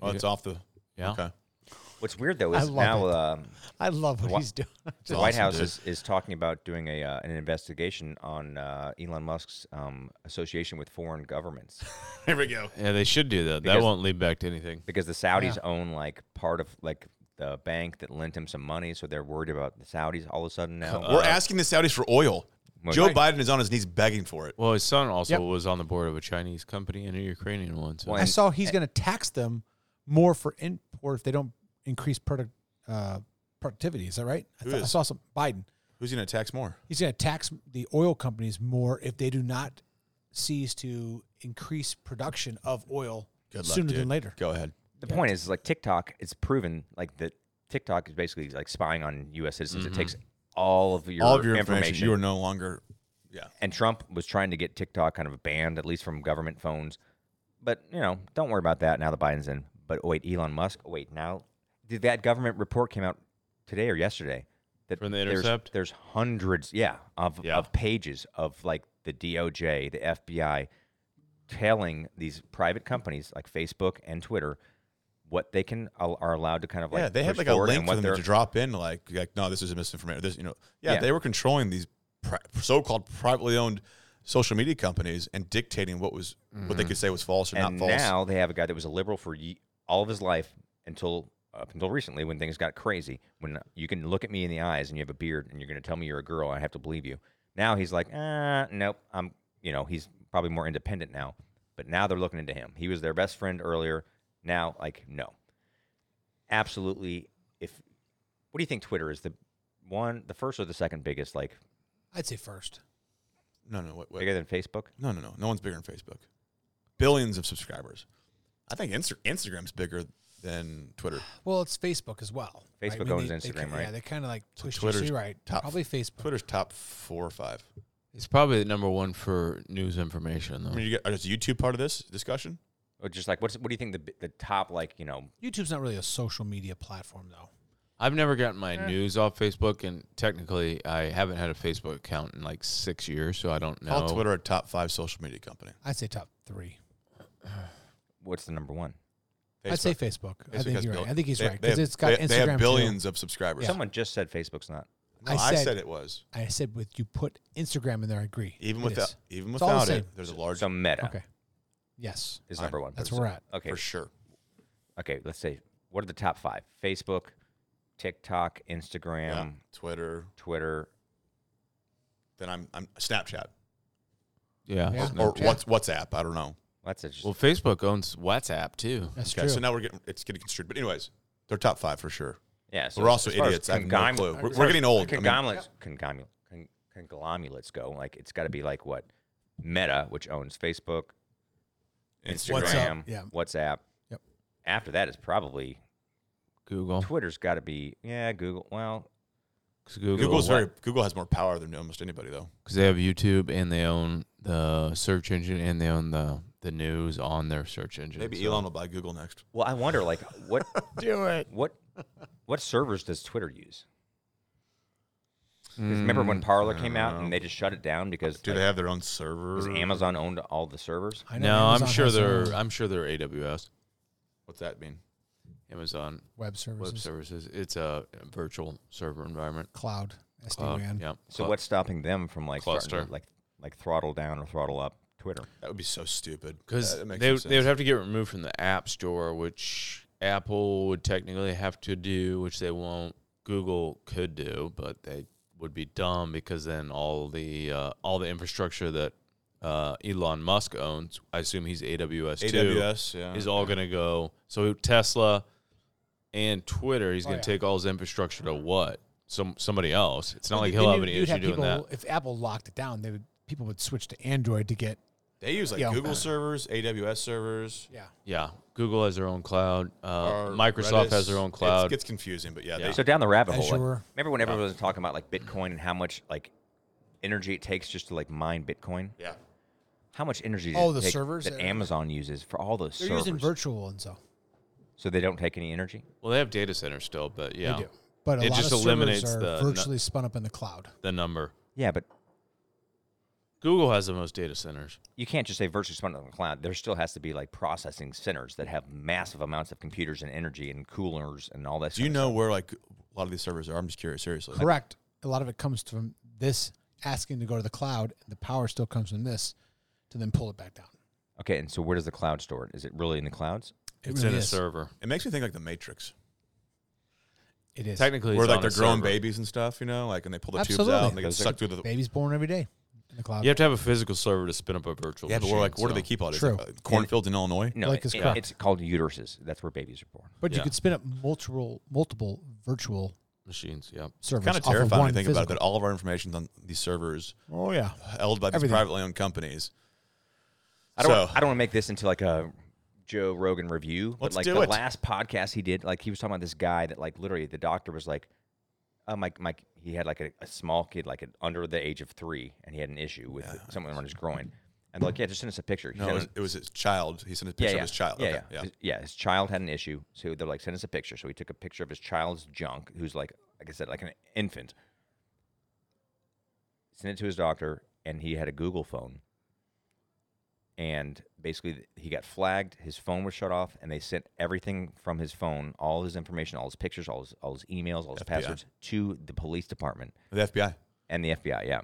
Oh, it's off the. Yeah. Okay. what's weird though I is love now it. um, I love what Wha- he's doing. the White awesome, House dude. is, is talking about doing a uh, an investigation on uh, Elon Musk's um, association with foreign governments Here we go. Yeah, they should do that. That Because- won't lead back to anything. because the Saudis own like part of like the bank that lent him some money, so they're worried about the Saudis all of a sudden now. We're asking the Saudis for oil. Uh, Well, Joe right. Biden is on his knees begging for it. Well, his son also Yep. was on the board of a Chinese company and a Ukrainian one. So Well, I and- saw he's going to tax them more for import if they don't increase product uh, productivity. Is that right? I, thought- I is? saw some Biden. Who's going to tax more? He's going to tax the oil companies more if they do not cease to increase production of oil Good luck, sooner than dude. later. Go ahead. the point is like TikTok, it's proven like that TikTok is basically like spying on U.S. citizens. It takes all of your, Mm-hmm. All of your information. information. You are no longer. Yeah. and Trump was trying to get TikTok kind of banned, at least from government phones. But you know, don't worry about that now that Biden's in. But oh, wait, Elon Musk. oh, Wait, now did that government report came out today or yesterday? That From The there's- Intercept? There's, hundreds, yeah, of Yeah. of pages of like the DOJ, the FBI, telling these private companies like Facebook and Twitter what they can are allowed to kind of like yeah, they have push like a forward and link what for them they're- to drop in. Like, like, no, this is a misinformation. This, you know, yeah, Yeah. they were controlling these pri- so-called privately owned social media companies and dictating what was what they could say was false or Mm-hmm. and not false. now they have a guy that was a liberal for ye- all of his life until up until recently when things got crazy when you can look at me in the eyes and you have a beard and you're going to tell me you're a girl i have to believe you now he's like ah nope i'm you know he's probably more independent now but now they're looking into him he was their best friend earlier now like no absolutely if what do you think twitter is the one the first or the second biggest like I'd say first. no, no, wait, wait. bigger than facebook No, no, no. No one's bigger than Facebook. Billions of subscribers. I think Insta- Instagram's bigger than Twitter. Well, it's Facebook as well. right? Facebook owns they Instagram, kinda- right? Yeah, they kind of like push you. Twitter's So you're right. top- Probably Facebook. Twitter's top four or five. it's probably the number one for news information, though. I mean, you get, is YouTube part of this discussion? or just like what's what do you think the bi- the top like you know YouTube's not really a social media platform though. I've never gotten my news off Facebook, and technically, I haven't had a Facebook account in like six years, so I don't know. Call Twitter a top five social media company. I'd say top three. What's the number one? I'd say Facebook. Facebook. I Facebook think has you're right. bill- I think he's they- right they because have- it's got they, Instagram. They have too. billions of subscribers. Someone just said Facebook's not. No, I, said, it was I said, with you put Instagram in there, I agree. even It without is. even It's all the without it. same. There's a large So Meta Okay. Yes, is number one. that's where we're at. Okay, for sure. okay. Let's say what are the top five? Facebook, TikTok, Instagram, Yeah. Twitter. Twitter. Then I'm I'm Snapchat yeah. Yeah. or Snapchat. what's WhatsApp. I don't know. That's it. Just, Well, Facebook owns WhatsApp too. That's Okay, true. so now we're getting it's getting construed. But anyways, they're top five for sure. yeah, so we're also as far as idiots. I have no conglom- clue. We're- as we're far as getting old. I mean- Conglomerates, conglomul- con- conglomerates go like it's got to be like what Meta, which owns Facebook, WhatsApp, Instagram, yeah. WhatsApp. Yep. After that is probably Google. Twitter's got to be yeah Google. Well, 'Cause Google. Google's very Google has more power than almost anybody though. because they have YouTube and they own the search engine and they own the the news on their search engine. Maybe so- Elon will buy Google next. well, I wonder like what do it. What what servers does Twitter use? 'Cause Remember Mm. when Parler came out and they just shut it down because Do like, they have their own server? because Amazon owned all the servers? I know No, I'm Amazon sure has their they're. own I'm sure they're AWS, What's that mean? Amazon web services, Web Services. It's a virtual server environment. cloud, Cloud, SD-WAN. yeah. So cloud. what's stopping them from like starting Cluster. to, like like throttle down or tottle up Twitter? That would be so stupid. Because That- that makes they, no would- they would sense. have to get removed from the App Store, which Apple would technically have to do, which they won't. Google could do, but they would be dumb because then all the uh, all the infrastructure that uh, Elon Musk owns, I assume he's AWS, AWS. too, Yeah, is all going to go. So Tesla and Twitter, he's Oh, going yeah. to take all his infrastructure to what? Some somebody else. It's not But like then he'll you- have any you'd issue doing people, that. If Apple locked it down, they would people would switch to Android to get they use like Yeah. Google servers, AWS servers. yeah. Yeah, Google has their own cloud. Uh, or Microsoft Redis. has their own It's- cloud. It gets confusing, but yeah, Yeah. They, So down the rabbit hole. like, Azure. remember when everyone was talking about like Bitcoin and how much like energy it takes just to like mine Bitcoin? yeah. How much energy? does Oh, it the take servers that that- Amazon uses for all those They're servers, using virtual and so so they don't take any energy. Well, they have data centers still, but yeah, they do. But a It lot just of servers eliminates are the- virtually spun up in the cloud. the number. Yeah, but Google has the most data centers. you can't just say virtually spun on the cloud. There still has to be like processing centers that have massive amounts of computers and energy and coolers and all that. Do you stuff. know where like a lot of these servers are? I'm just curious, seriously. Like, Correct. A lot of it comes from this asking to go to the cloud. The power still comes from this to then pull it back down. Okay, and so where does the cloud store it? Is it really in the clouds? It it's really in a is. server. it makes me think like the Matrix, It is. Technically, where it's like on they're a growing server. babies and stuff, you know, like and they pull the Absolutely. tubes out and they get Those are- sucked through the. Babies born every day in the cloud. You have to have a physical server to spin up a virtual. Yeah, but we're like, machine, where do they so- keep all this? True. Uh, cornfields in Illinois. No, Like it- as it- crap. it's called uteruses. That's where babies are born. But you Yeah. could spin up multiple multiple virtual machines? Yeah, servers. Kind of off terrifying one when you think physical. about it. That all of our information's on these servers Oh yeah. held by these Everything. privately owned companies. I don't. So- I don't want to make this into like a Joe Rogan review, but Let's like do the it. last podcast he did, like he was talking about this guy that like literally the doctor was like, uh, my my he had like a, a small kid like an, under the age of three, and he had an issue with something around his groin, and like yeah, just send us a picture. He No, it sent was, us- it was his child. He sent a picture of his child. yeah, okay, yeah. His- yeah. His child had an issue, so they're like, send us a picture. So he took a picture of his child's junk, who's like, like I said, like an infant. Sent it to his doctor, and he had a Google phone. And basically, th- he got flagged. His phone was shut off, and they sent everything from his phone, all his information, all his pictures, all his, all his emails, all his FBI. passwords, to the police department The FBI. and the FBI. Yeah,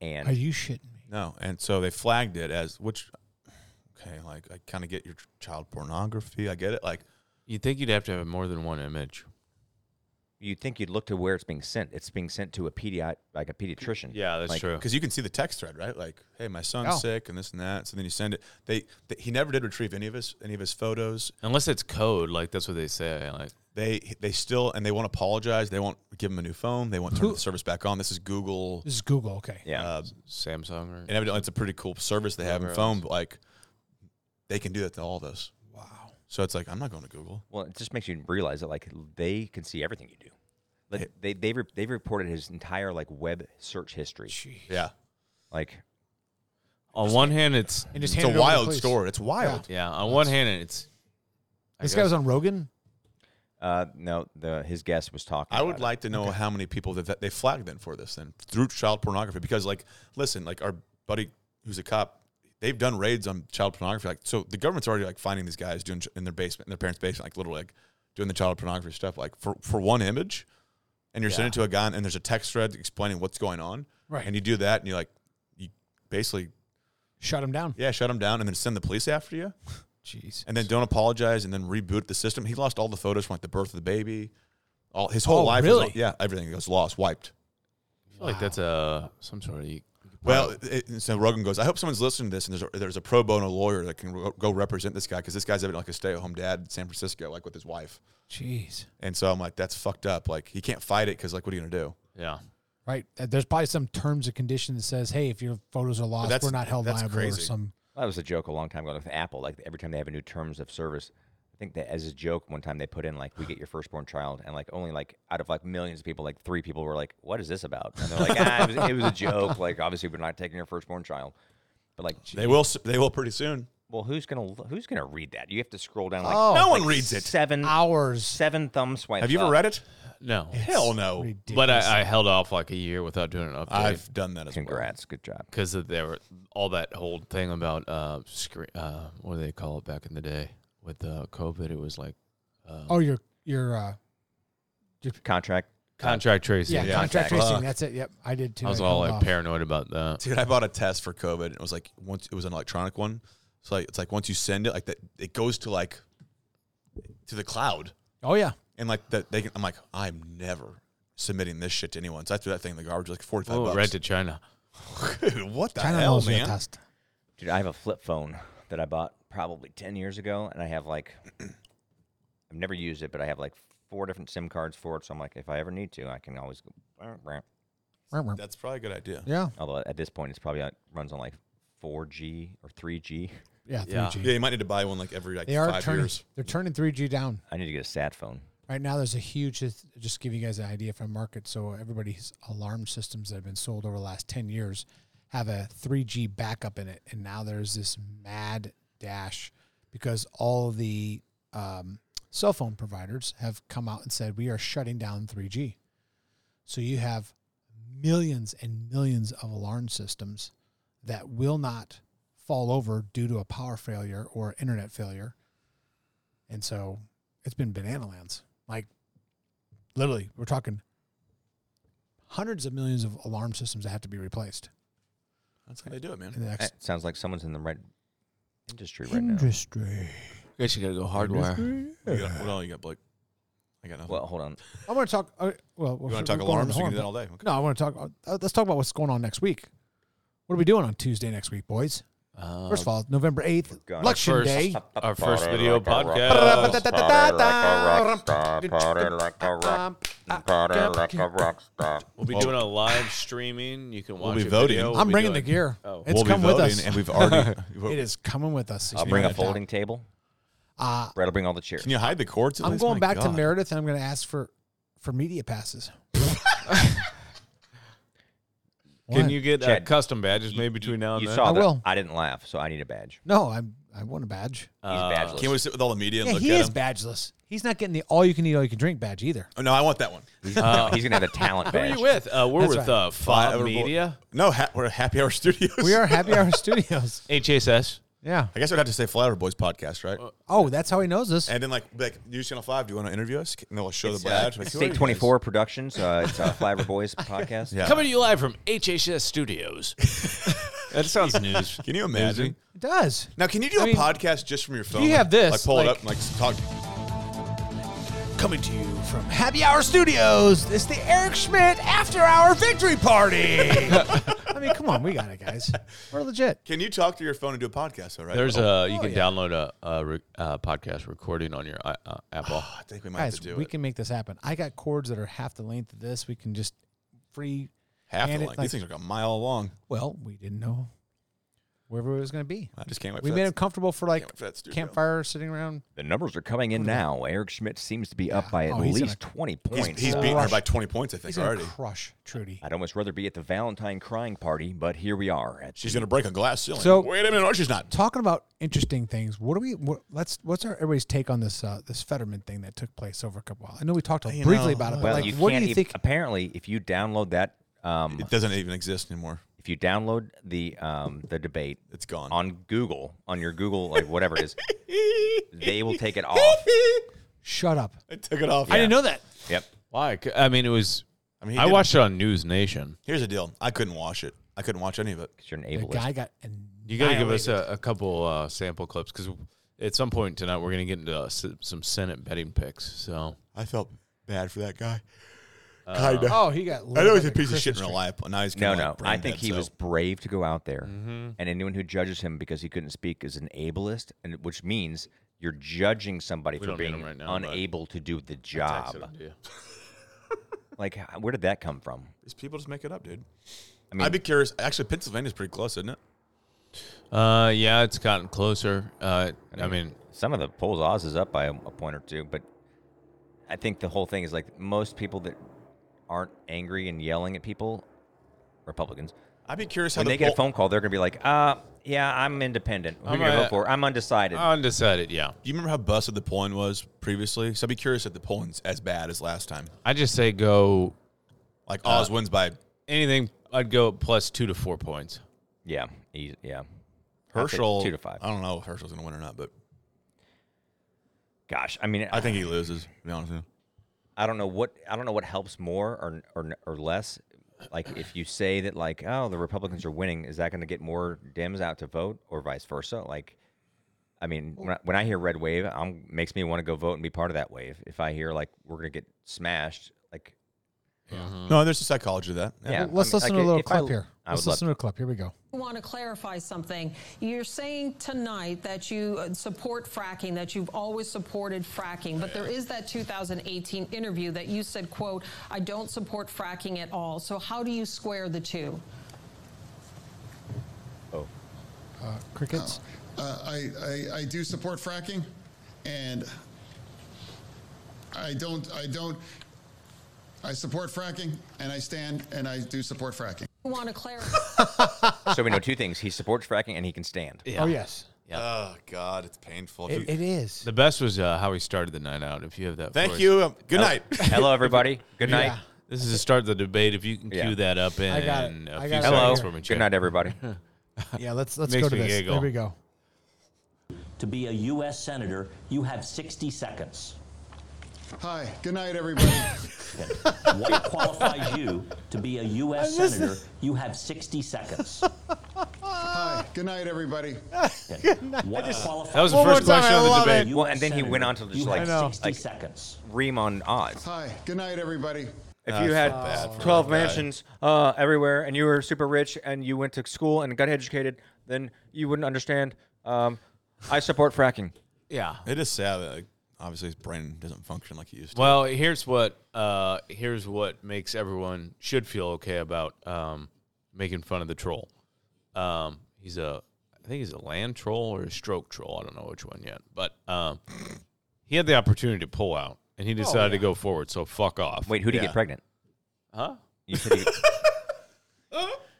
and Are you shitting me? No, and so they flagged it as which. Okay, like I kind of get your child pornography. I get it. Like you'd think you'd have to have more than one image. you'd think you'd look to where it's being sent. It's being sent to a pedi- like a pediatrician. Yeah, that's Like, true. because you can see the text thread, right? Like, hey, my son's Oh. sick and this and that. So then you send it. They, they he never did retrieve any of his any of his photos. Unless it's code, like that's what they say. Like They they still and they won't apologize. They won't give him a new phone. They won't turn the service back on. This is Google. This is Google. Okay. Yeah. Uh, Samsung or and evidently, it's a pretty cool service they have in Whatever phone. But like, they can do that to all of us. Wow. So it's like I'm not going to Google. Well, it just makes you realize that like they can see everything you do. Like, they they re- they've reported his entire like web search history. Yeah, Like on one hand, it's And just it's hand it over to a the wild police. story. It's wild. yeah. On one hand, it's I This guy was guess- on Rogan. Uh, no, the his guest was talking. I would about it. like to know how many people that, that they flagged then for this then through child pornography because like listen like our buddy who's a cop they've done raids on child pornography like so the government's already like finding these guys doing ch- in their basement in their parents' basement like literally like doing the child pornography stuff like for for one image and you're sending it to a guy and there's a text thread explaining what's going on Right. and you do that and you like you basically Shut him down. yeah shut them down and then send the police after you Jeez. and then don't apologize and then reboot the system he lost all the photos from like the birth of the baby all his whole Oh, life was, really? all- yeah everything was lost wiped I feel like that's a some sort of Well, it, it- so Rogan goes, I hope someone's listening to this and there's a, there's a pro bono lawyer that can ro- go represent this guy because this guy's evidently like a stay at home dad in San Francisco, like with his wife. Jeez. And so I'm like, that's fucked up. Like, he can't fight it because, like, what are you going to do? yeah. Right. Uh, There's probably some terms and condition that says, hey, if your photos are lost, that's- we're not held that's liable or crazy. some. That was a joke a long time ago with Apple. Like every time they have a new terms of service, I think that as a joke, one time they put in like, "We get your firstborn child," and like only like out of like millions of people, like three people were like, "What is this about?" And they're like, ah, it, was, "It was a joke. Like obviously we're not taking your firstborn child." But like, They will, s- they will pretty soon. well, who's gonna who's gonna read that? You have to scroll down. Like, Oh. no one like, reads it. Mm. Seven Hours. seven thumb swipes. Have you ever up. read it? No. Hell no. But I, I held off like a year without doing an update I've done that as Congrats, good job. because of there were all that whole thing about uh screen uh what do they call it back in the day with uh COVID it was like Oh, your, your, uh, Contract. contract tracing. yeah, Yeah, contract fuck. tracing. That's it. Yep. I did too. I was I held all like off. paranoid about that. Dude, I bought a test for COVID. And it was like once it was an electronic one. So like, it's like once you send it, like that, it goes to like to the cloud. Oh, yeah. And like that, they can, I'm like, I'm never submitting this shit to anyone. So I threw that thing in the garbage, like 45 Oh, bucks. right to China. Dude, what the China hell, knows your man? test. Dude, I have a flip phone that I bought probably 10 years ago, and I have like, I've never used it, but I have like four different SIM cards for it. So I'm like, if I ever need to, I can always go. "Brr, brr." That's probably a good idea. Yeah. Although at this point, it's probably uh, runs on like 4G or 3G. Yeah. 3G. Yeah. Yeah, you might need to buy one like every like They are five turning. years. They're turning 3G down I need to get a sat phone. right now. There's a huge. just- Just to give you guys an idea from market. So everybody's alarm systems that have been sold over the last 10 years have a 3G backup in it, and now there's this mad dash because all the um, cell phone providers have come out and said we are shutting down 3G. So you have millions and millions of alarm systems that will not fall over due to a power failure or internet failure. And so it's been banana lands. Like literally, we're talking hundreds of millions of alarm systems that have to be replaced That's how they do it, man. in the It next sounds like someone's in the right industry right now. industry. I guess you gotta go hardware. What do you got- what all you got, Blake? I got nothing. Well, hold on. I want to talk. Uh, well, you want to talk alarms? We can do that all day. Okay. No, I want to talk. Uh, let's talk about what's going on next week. What are we doing on Tuesday next week, boys? Um, Uh, First of all, November eighth, gonna- election first- day. our first video Oh. podcast. We'll be doing a live streaming. You can watch be it voting. video. We'll I'm be bringing the doing- gear. Oh. It's we'll come be with voting, us. and we've already. It is coming with us. I'll bring a Yeah. folding table. Uh, Brett will bring all the chairs. Can you hide the cords? at I'm least? going My back to God. Meredith, and I'm going to ask for for media passes. Can What? you get uh, Chad, custom badges made between now and You then? saw I that. will. I didn't laugh, so I need a badge. No, I'm. I want a badge. He's badgeless. Can't Uh, we sit with all the media and Yeah, look he at is him? badgeless. He's not getting the all you can eat, all you can drink badge either. Oh, no, I want that one. He's, Uh, no, he's gonna have a talent Who are badge. you with? Uh, we're That's with right. uh, Five Fob Everboard- Media, No, ha- we're at Happy Hour Studios. We are Happy Hour Studios. HSS. Yeah. I guess I'd have to say Flower Boys podcast, right? Oh, that's how he knows us. and then like, like News Channel Five, do you want to interview us? And they'll show It's, the uh, badge. Like, who are you State guys? Twenty Four Productions. Uh, it's uh, Flavor Boys podcast. Yeah. Coming to you live from HHS Studios. that sounds news. Can you imagine? It does. Now, can you do I a mean, podcast just from your phone? you Like- have this, like pull it like- up, and like talk. Coming to you from Happy Hour Studios. It's the Eric Schmidt After Hour Victory Party. I mean, come on, we got it, guys. We're legit. Can you talk to your phone and do a podcast? Though, right? There's Oh, a you can download a, a re, uh, podcast recording on your uh, uh, Apple. Oh, I think we might Guys, have to do we it. can make this happen. I got cords that are half the length of this. We can just free Half the hand it, length. like- These things are like a mile long. Well, we didn't know. wherever it was going to be. I just can't wait. We for made him that. comfortable for like wait for that studio. campfire, sitting around. The numbers are coming in now. Eric Schmidt seems to be up by at Oh, he's gonna- least 20 points. He's, he's beating her by 20 points, I think, He's going already. to crush Trudy. I'd almost rather be at the Valentine crying party, but here we are. At She's going to break a glass ceiling. So- wait a minute, no, she's not. Talking about interesting things. What do we? What, let's. What's our everybody's take on this uh, this Fetterman thing that took place over a couple? While? I know we talked You briefly know, about it, but well, like, you what can't do you ev- think? apparently if you download that um, It doesn't even exist anymore. if you download the um, the debate It's gone. on Google on your Google like whatever it is, they will take it off. Shut up. I took it off. I didn't know that. Yep. Why? C- I mean, it was. I mean, he I didn't- watched it on News Nation. Here's the deal. I couldn't watch it. I couldn't watch any of it. 'cause you're an The ableist. guy got. You got to give us annihilated. a, a couple uh, sample clips because at some point tonight we're going to get into uh, s- some Senate betting picks. So I felt bad for that guy. Kinda. Oh, he got. I know lit up he's a like piece of shit Christmas in real tree. life, but now he's No, kinda no. like brain I think dead, he so- was brave to go out there, Mm-hmm. and anyone who judges him because he couldn't speak is an ableist, and which means you're judging somebody for don't need being him right now, but- unable to do the Ah, Texted job. him to you. Like, h- where did that come from? These people just make it up, dude. I mean- would be curious. Actually, Pennsylvania's pretty close, isn't it? Uh, yeah, it's gotten closer. Uh, I mean, Some of the polls, Oz is up by a, a point or two, but I think the whole thing is like most people that aren't angry and yelling at people, Republicans, I'd be curious how when the they get a poll- phone call, they're gonna be like, uh, yeah, I'm independent. Who I'm you gonna a- vote for? I'm undecided. undecided. Yeah, Do you remember how busted the polling was previously? So I'd be curious if the polling's as bad as last time. I just say go Like Uh, Oz wins by anything. I'd go plus two to four points. yeah, he's, yeah. I'd say Herschel. two to five. I don't know if Herschel's gonna win or not, but Gosh, I mean, I think he loses. To be honest with you. I don't know what I don't know what helps more or or or less. Like if you say that like oh the Republicans are winning, is that going to get more Dems out to vote or vice versa? Like, I mean, when I, when I hear red wave, I'm makes me want to go vote and be part of that wave. If I hear like we're going to get smashed, like Hmm. No, there's a psychology to that. Well, yeah, let's I mean, listen like, to a little if I- clip here. I Let's would love listen to a clip. Here we go. want to clarify something. You're saying tonight that you uh, support fracking, that you've always supported fracking, but there is that 2018 interview that you said, quote, I don't support fracking at all. So how do you square the two? Uh, crickets. Uh, I, I, I do support fracking, and I don't, I don't, I support fracking, and I stand, and I do support fracking. You want to clarify. so we know two things: he supports fracking and he can stand. Oh yes, Oh God, it's painful. it, it is. The best was uh, how he started the night out. If you have that, for Thank us. you. Um, good night. Hello, everybody. Good night. Yeah. This is the start of the debate. If you can cue Yeah. that up in I got it. a I few got it. Hello. seconds, we're gonna Good check. night, everybody. Yeah, let's let's Makes go to me this. giggle. There we go. To be a U.S. Senator, you have 60 seconds. Hi, good night, everybody. What qualifies you to be a U.S. Senator? You have 60 seconds. Hi, good night, everybody. What qualifies That was the One more first time, question I of the love debate. it. Well, and then he went on to just, you like, have I know. 60 like- seconds. Ream on odds. Hi, good night, everybody. If you had for 12 that guy. mansions uh, everywhere and you were super rich and you went to school and got educated, then you wouldn't understand. Um, I support fracking. Yeah. It is sad that like, uh, obviously his brain doesn't function like he used to. Well, here's what uh, here's what makes everyone should feel okay about um, making fun of the troll. Um, he's a I think he's a land troll or a stroke troll. I don't know which one yet, but um, he had the opportunity to pull out and he decided to go forward. So fuck off. Wait, who'd he get pregnant? huh? You, said he,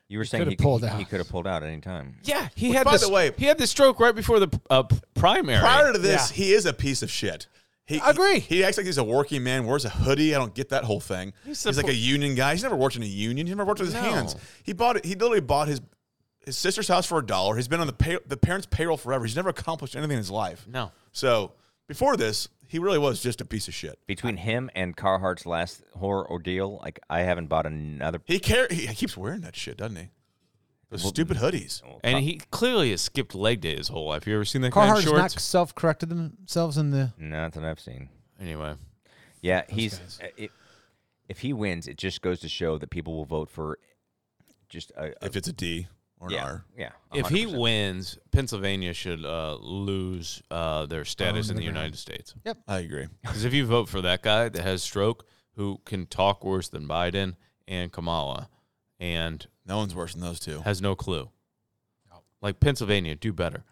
you were saying could've he, pulled he, out. he could have pulled out at any time. Yeah, he had. by this- the way- he had the stroke right before the uh, p- primary. Prior to this, Yeah. he is a piece of shit. He, I agree. He, acts like he's a working man. Wears a hoodie. I don't get that whole thing. He's, suppo- like a union guy. He's never worked in a union. He's never worked with his hands. No. He bought it. He literally bought his his sister's house for a dollar. He's been on the pay, the parents' payroll forever. He's never accomplished anything in his life. No. So before this, he really was just a piece of shit. Between him and Carhartt's last horror ordeal, like I haven't bought another. He care. He, he keeps wearing that shit, doesn't he? Those stupid hoodies. and he clearly has skipped leg day his whole life. You ever seen that guy in Carhartt's not shorts? self-corrected themselves in the. Not that I've seen. anyway, Yeah, he's. uh, It, if he wins, it just goes to show that people will vote for just a. a If it's a D or an yeah, R. yeah. if he 100%. wins, Pennsylvania should uh, lose uh, their Oh, status in the United States. I agree. Because if you vote for that guy that has stroke, who can talk worse than Biden and Kamala, and No one's worse than those two. has no clue, Like Pennsylvania, do better.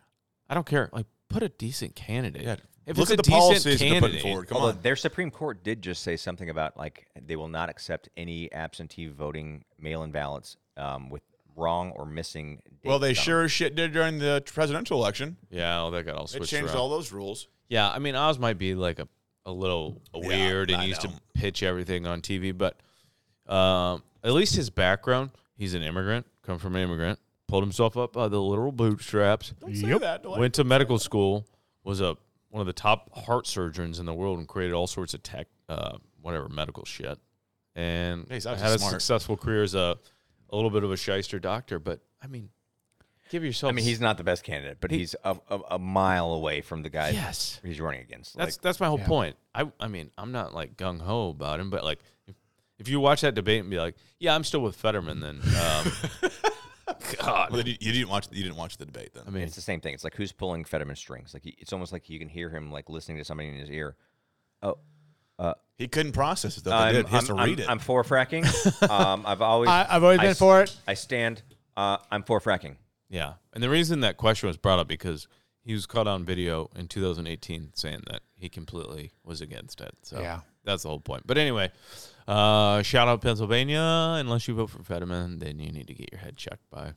I don't care. Like put a decent candidate. Yeah. If Look it's at a the decent policies they're putting candidate, forward. Come Although on. their Supreme Court did just say something about like they will not accept any absentee voting mail-in ballots um, with wrong or missing. dates Well, they on sure as shit did during the presidential election. Yeah, well, that got all They switched changed around. all those rules. Yeah, I mean Oz might be like a, a little weird and used to pitch everything on TV, but um, at least his background, he's an immigrant, come from an immigrant, pulled himself up by the literal bootstraps. Don't say Yep. that. Don't Went to medical school, was a one of the top heart surgeons in the world, and created all sorts of tech, uh, whatever medical shit, and Yeah, he's obviously had a smart. successful career as a a little bit of a shyster doctor. But I mean, give it. yourself. I mean, he's not the best candidate, but He- he's a, a, a mile away from the guy Yes. he's running against. That's like, that's my whole Yeah. point. I I mean, I'm not like gung ho about him, but like if, if you watch that debate and be like, yeah, I'm still with Fetterman, then um, God, Well, you, you didn't watch. You didn't watch the debate then. I mean, it's the same thing. It's like who's pulling Fetterman's strings. Like he- it's almost like you can hear him like listening to somebody in his ear. Oh, He couldn't process it though. I'm, they did. He has I'm- to read I'm- it. I'm for fracking. um, I've always I- I've always I been s- for it. I stand. Uh, I'm for fracking. yeah. And the reason that question was brought up because he was caught on video in 2018 saying that he completely was against it. So Yeah. that's the whole point. But anyway, uh, shout out Pennsylvania. Unless you vote for Fetterman, then you need to get your head checked by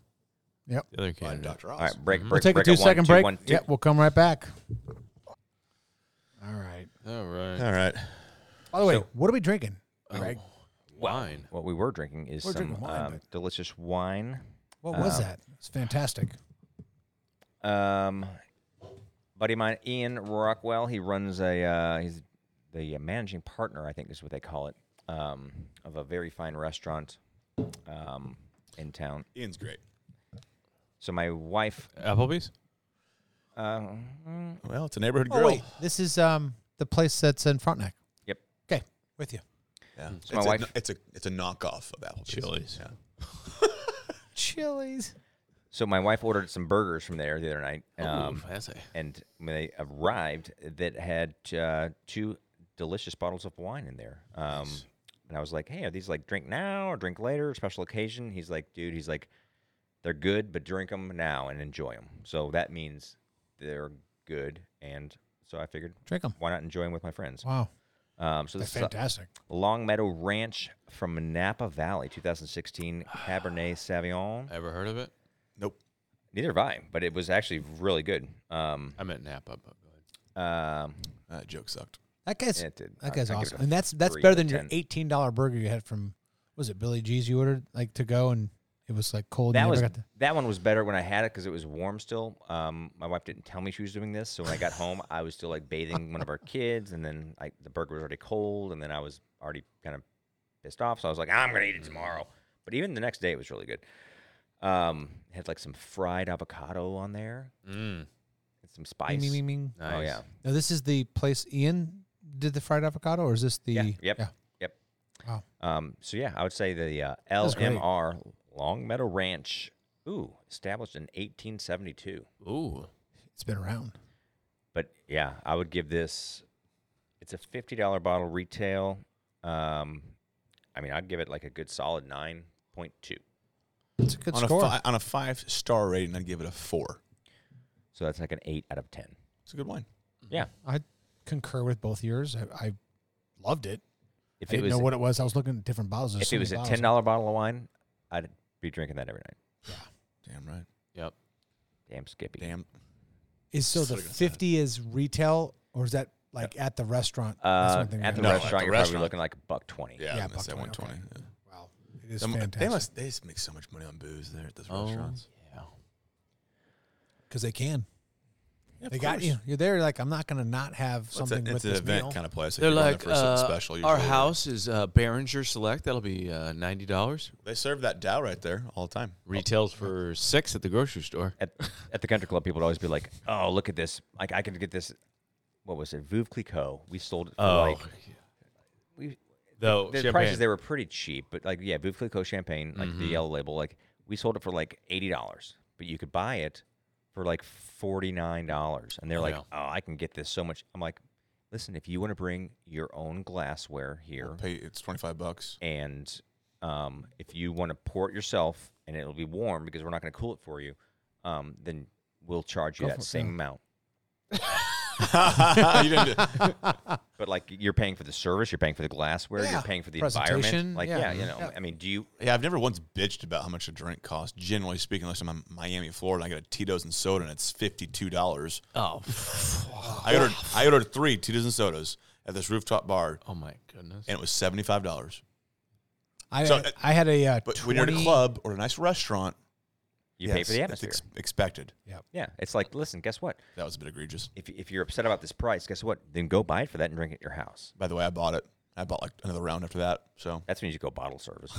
Yep. the By other candidate. Dr. Oz. All right, break. break Mm-hmm. We'll take break a at two second one, break. one, two. Yep, we'll come right back. All right. All right, All right. By the way, what are we drinking? Greg? wine. What we were drinking is We're some drinking wine, um, but- delicious wine. What was Uh, that? It's fantastic. Um, buddy of mine, Ian Rockwell, he runs a uh, he's the uh, managing partner, I think is what they call it, um, of a very fine restaurant um, in town. Ian's great. So my wife, Applebee's. uh, Well, it's a neighborhood Oh girl. wait, this is um the place that's in Frontenac. yep, Okay, with you. Yeah. It's, my a, wife. It's a it's a knockoff of Applebee's. Chili's. Yeah. Chili's. so my wife ordered some burgers from there the other night, um, fancy. and when they arrived, that had uh, two delicious bottles of wine in there. Um, And I was like, "Hey, are these like drink now or drink later, special occasion?" He's like, "Dude, he's like, they're good, but drink them now and enjoy them." So that means they're good, and so I figured, Drink 'em. Why not enjoy them with my friends? Wow, Um, so they're this is a- fantastic. Long Meadow Ranch from Napa Valley, 2016 Cabernet Sauvignon. Ever heard of it? Nope. Neither have I, but it was actually really good. Um, I meant Napa, but go ahead. um, That joke sucked. That guy's It did. that I- guy's I give it awesome, a and that's that's three better out than of your 10. eighteen dollar burger you had from was it Billy G's you ordered like to go and it was like cold. that and you was never got to- that one was better when I had it because it was warm still. Um, my wife didn't tell me she was doing this, so when I got home, I was still like bathing one of our kids, and then I, the burger was already cold, and then I was already kind of pissed off, so I was like, I'm gonna eat it tomorrow. But even the next day, it was really good. Um, it had like some fried avocado on there, Mm. and some Ming, spice. ming, ming, ming. Oh Nice. yeah, Now this is the place Ian did the fried avocado, or is this the? yeah, yep, yep. Wow. Um, so yeah, I would say the uh, was great. LMR Long Meadow Ranch, ooh, established in 1872. Ooh. It's been around. But yeah, I would give this. It's a fifty dollar bottle retail. Um, I mean, I'd give it like a good solid nine point two. It's a good on score. a fi- on a five star rating, I'd give it a four. So that's like an eight out of ten. It's a good wine. Mm-hmm. Yeah, I concur with both yours. I, I loved it. if I it didn't was know what it was. I was looking at different bottles. There's if so it many was a bottles. ten dollar bottle of wine, I'd be drinking that every night. Damn right. Yep. Damn Skippy. Damn. Is so the fifty is retail, or is that like at the restaurant? That's Uh, one thing we at haven't- the No, at restaurant, the you're probably restaurant. looking like a buck twenty. Yeah. Yeah, I'm gonna say Buck one twenty, twenty. okay. Wow, it is They fantastic must. They just make so much money on booze there at those Oh, restaurants. yeah. because they can. Yeah, of they got course. you. You're there. Like I'm not gonna not have Well, it's a- something with it's an this event meal. kind of place. If They're you're going like, there for something uh, special. our usually- house is uh, Behringer Select. That'll be uh, ninety dollars. They serve that Dow right there all the time. Retails for six at the grocery store. At, at the country club, people would always be like, "Oh, look at this! Like I can get this. What was it? Veuve Clicquot. We sold it for Oh, like we though the prices they were pretty cheap, but like yeah, Veuve Clicquot champagne, like Mm-hmm. the yellow label, like we sold it for like eighty dollars, but you could buy it for like forty nine dollars, and they're like, Yeah. oh, I can get this so much. I'm like, listen, if you want to bring your own glassware here, Pay it's twenty five bucks. and um, if you want to pour it yourself, and it'll be warm because we're not going to cool it for you, um, then we'll charge you Go for that it, same yeah. amount. You didn't do- But like you're paying for the service, you're paying for the glassware, Yeah. you're paying for the environment. Presentation, Like yeah. yeah, you know. Yeah. I mean, do you? yeah, I've never once bitched about how much a drink costs. Generally speaking, unless I'm in Miami, Florida, and I get a Tito's and soda, and it's fifty two dollars. Oh, I ordered I ordered three Tito's and sodas at this rooftop bar, oh my goodness. and it was seventy five dollars. I So, uh, I had a uh, But when you're at a 20 club or a nice restaurant, You yeah, pay for the it's- it's atmosphere. ex- expected. yeah, it's like listen, guess what? That was a bit egregious. If if you're upset about this price, guess what? Then go buy it for that and drink it at your house. By the way, I bought it. I bought like another round after that. So That's when you go bottle service.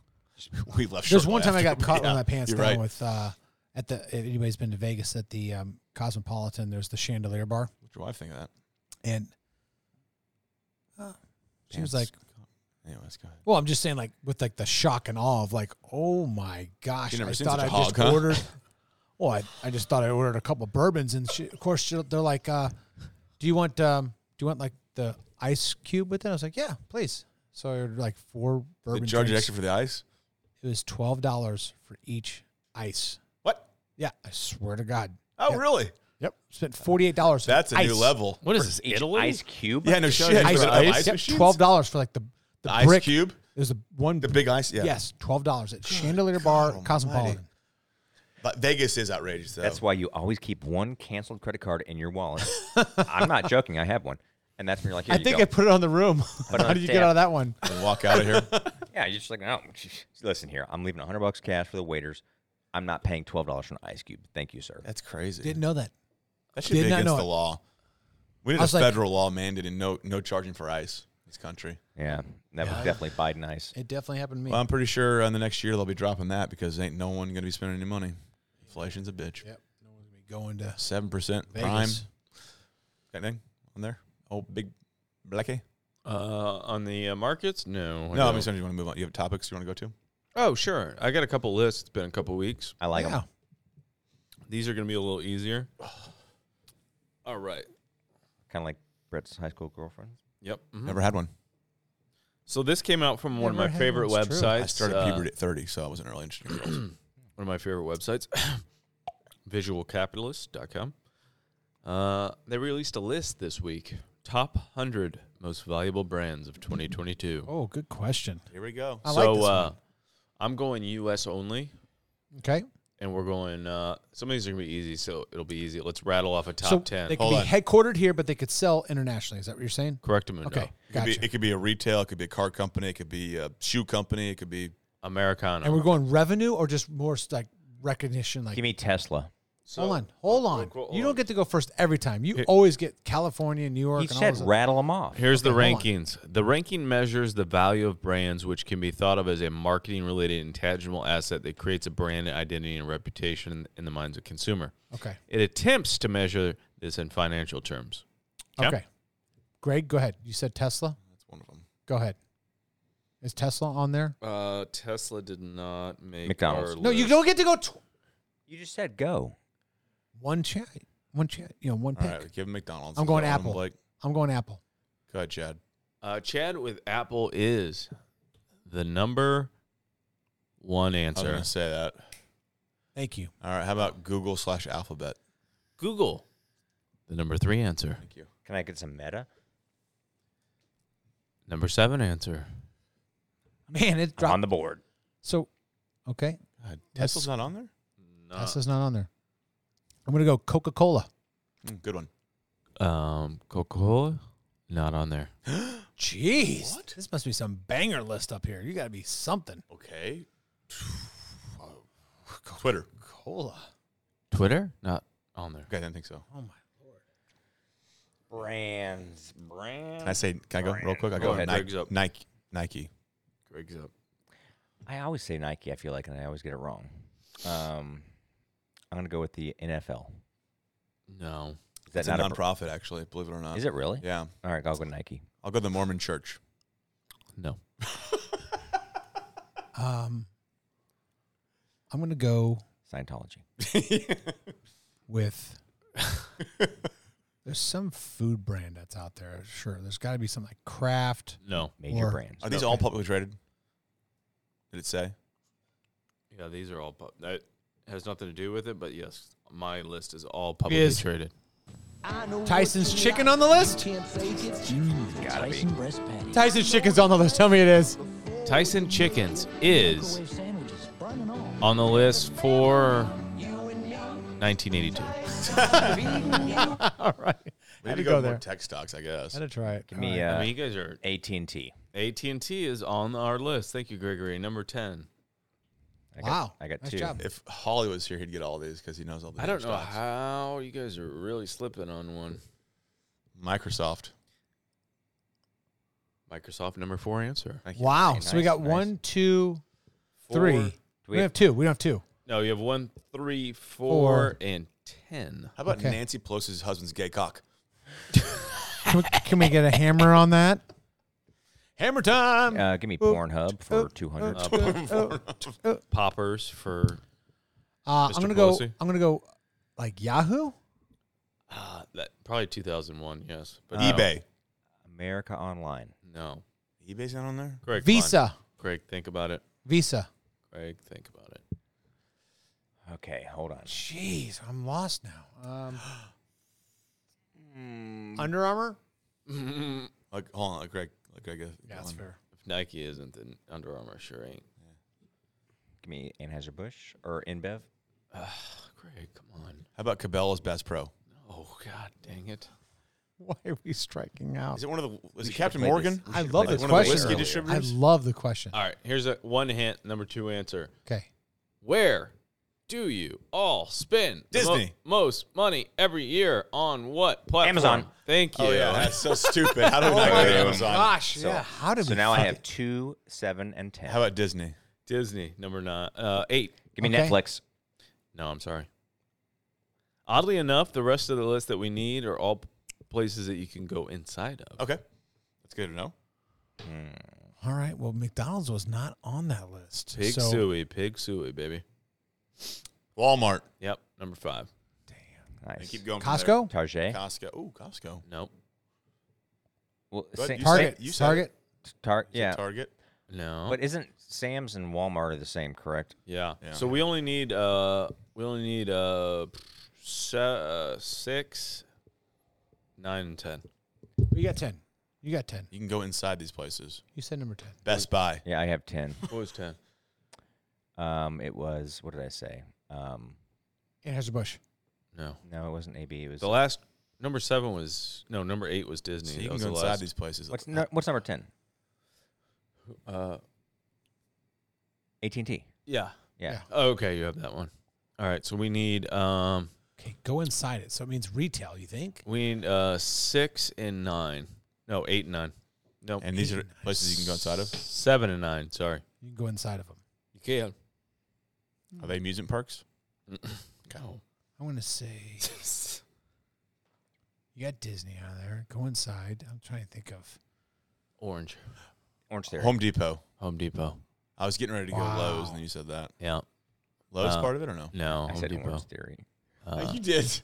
we left. There's shortly one time I got after, caught but yeah, with my pants you're down right. with uh, at the. If anybody's been to Vegas at the um, Cosmopolitan, there's the chandelier bar, What'd your wife think of that? and uh, she was like, Pants. Anyways, go ahead. "Well, I'm just saying, like with like the shock and awe of like, oh my gosh, You never I seen thought such I a just hog, huh?" ordered. Well, I, I just thought I ordered a couple bourbons, and she, of course she, they're like, uh, do you want um, do you want like the ice cube with it? I was like, yeah, please. So I ordered like four They bourbon. charge you drinks. extra for the ice. It was twelve dollars for each ice. What? Yeah, I swear to God. Oh, Yeah. really? Yep. Spent forty eight dollars. That's a new level. what is this? Each Italy? ice cube. Yeah, no Just- shit. Ice, For the ice, ice yep, machines? twelve dollars for like the the, The ice brick. cube? There's a one The big ice. Yeah. Yes, twelve dollars at Chandelier Bar, God Cosmopolitan. almighty. But Vegas is outrageous. Though. That's why you always keep one canceled credit card in your wallet. I'm not joking. I have one, and that's when you're like, Here I you think go. I put it on the room. Put it How on did you tap. get out of that one? And walk out of here. Yeah, you're just like, no. Listen here, I'm leaving 100 bucks cash for the waiters. I'm not paying twelve dollars for an ice cube. Thank you, sir. Uh, That's crazy. Didn't know that. that should did be not against know the it. law. We need I a was like- federal law mandating no no charging for ice in this country. yeah, that was definitely Biden ice. It definitely happened to me. Well, I'm pretty sure uh, in the next year they'll be dropping that because ain't no one gonna be spending any money. Inflation's a bitch. yep. No one's gonna be going to Seven percent prime. Vegas. Got anything on there? Oh, big blackie. Uh, on the uh, markets? No. I No, I'm don't. just you want to move on. You have topics you want to go Mm-hmm. to? Oh, sure. I got a couple lists. It's been a couple weeks. I like 'em. Yeah. These are going to be a little easier. All right. kind of like Brett's high school girlfriend. Yep. mhm. Never had one. So this came out from one of Never my had favorite one, it's true. websites. I started uh, puberty at 30, so I wasn't really interested in girls. one of my favorite websites, visualcapitalist.com. Uh, they released a list this week top 100 most valuable brands of 2022. Oh, good question. Here we go. I so like this uh, one. I'm going US only, Okay. and we're going, uh, some of these are going to be easy, so it'll be easy. Let's rattle off a top so 10. they could Hold be on. headquartered here, but they could sell internationally. Is that what you're saying? Correctamundo. Okay. It could, Gotcha. be, it could be a retail, it could be a car company, it could be a shoe company, it could be Americano. and we're going revenue or just more like recognition like Give me Tesla. So- hold on, hold on. cool, hold you don't on. get to go first every time. You always get California, New York, He and said all those rattle them off. Here's the Okay, hold on. rankings. The ranking measures the value of brands, which can be thought of as a marketing related intangible asset that creates a brand identity and reputation in, in the minds of consumer. Okay. It attempts to measure this in financial terms. Yeah. Okay. Greg, go ahead. You said Tesla. that's one of them. Go ahead. Is Tesla on there? Uh, Tesla did not make McDonald's. No, you don't get to go tw- You just said go. one chat, one chat, you know, one All pick. right, give him McDonald's. I'm going Go on, Apple. Blake. I'm going Apple. Go ahead, Chad. Uh, Chad with Apple is the number one I was answer. going to say that. Thank you. All right, how about Google slash Alphabet? Google, the number three answer. Thank you. Can I get some Meta? Number seven answer. Man, it I'm on dropped. the board. so, okay, God, That's- Tesla's not on there? Tesla's not on there. I'm gonna go Coca Cola. Mm, good one. Um, Coca Cola, not on there. Jeez, this must be some banger list up here. You got to be something. Okay. Twitter. Cola. Twitter, not on there. Okay, I didn't think so. Oh my. Brands, brands. Can I say, can I go real quick? I Go go, ahead, Greg's Nike, up. Nike. Nike. Greg's up. I always say Nike. I feel like, and I always get it wrong. Um, I'm gonna go with the NFL. No. Is that It's a not a, br- nonprofit, actually, believe it or not. Is it really? Yeah. All right, I'll go Nike. I'll go to the Mormon church. No. Um, I'm gonna go Scientology. with. there's some food brand that's out there. Sure, there's got to be something like Kraft. No. Major Or- brands. Are these all publicly traded? Did it say? Yeah, these are all. Pub- that, has nothing to do with it, but yes, my list is all publicly is. traded. Tyson's chicken on the list? Gotta be. Tyson's chicken's on the list. Tell me it is. Tyson Chickens is on the list for 1982. All right. We Had need to to go go to there. more tech stocks, I guess. Had to try it. Give me I uh, mean, you guys are AT&T. AT and T is on our list. Thank you, Gregory. Number ten. I got, Wow. I got Nice two. job. If Holly was here, he'd get all these because he knows all the. I don't tech know stocks. how you guys are really slipping on one. Microsoft. Microsoft number four answer. Wow. Nice, so we got nice. one, two, Four- three. Do We, we- have two. We don't have two. No, you have one, three, four, and ten. How about Okay. Nancy Pelosi's husband's gay cock? Can we, can we get a hammer on that? Hammer time. Uh, give me Pornhub Uh, for 200. Poppers for Uh, Mr. I'm gonna go. Pelosi? I'm gonna go. Like Yahoo. uh, that probably 2001. Yes, Oh. but no. eBay. America Online. No, eBay's not on there. Greg. come on. Visa. Greg, think about it. Visa. Greg, think about it. Okay, hold on. Jeez, I'm lost now. Hmm. Um, Under Armour. Like, hold on, like Greg. Like Greg. uh, Yeah, If Nike isn't, then Under Armour sure ain't. Give me Anheuser-Busch or InBev. Greg, come on. How about Cabela's Bass Pro? Oh God, dang it. Why are we striking Oh. out? Is it one of the? Is it should've Captain played Morgan? this. We I should've love played the one of the question. I whiskey distributors? love the question. All right, here's a one hint. Number two answer. Okay. Where do you all spend the mo- Disney. most money every year on what platform? Amazon. Thank you. Oh yeah, that's so stupid. How do we not my go to God. Amazon? Gosh, So, yeah. How did so we? now I fuck have it? two, seven, and ten. How about Disney? Disney number nine, uh, eight. Give me Okay. Netflix. No, I'm sorry. Oddly enough, the rest of the list that we need are all p- places that you can go inside of. Okay, that's good to know. All right. Well, McDonald's was not on that list. Pig so suey, pig suey, baby. Walmart. Yep, number five. And Nice. keep going. from there. Costco, Target. Costco. Ooh, Costco. Nope. Well, Go ahead, Sa- you Tar- said- Target, you said Target. Tar- Is it yeah. Target. No. But isn't Sam's and Walmart are the same, correct? yeah. Yeah. So we only need uh we only need uh, se- uh six, nine, and ten. You got ten. You got ten. You can go inside these places. You said number ten. Best Buy. Yeah, I have ten. What was ten? um, it was what did I say? Um, Anheuser Busch. No. no, it wasn't AB. It was The last number seven was no number eight was Disney. So you that can was go the inside last. these places. what's nu- what's number ten? uh, AT and T. yeah. Yeah. Yeah. Oh, Okay, you have that one. All right, so we need um Okay, go inside it. So it means retail. You think? we need uh six and nine. No, eight and nine. No, and these are places you can go inside of. seven and nine. Sorry, You can go inside of them. you can. Are they amusement parks? Go. I want to say you got Disney on there. Go inside. I'm trying to think of. Orange, Orange Theory. Home Depot. Home Depot. I was getting ready to go Wow. Lowe's, and then you said that. Yeah. Lowe's Uh, part of it or no? No, I Home said Depot. Uh, Orange Theory. you did.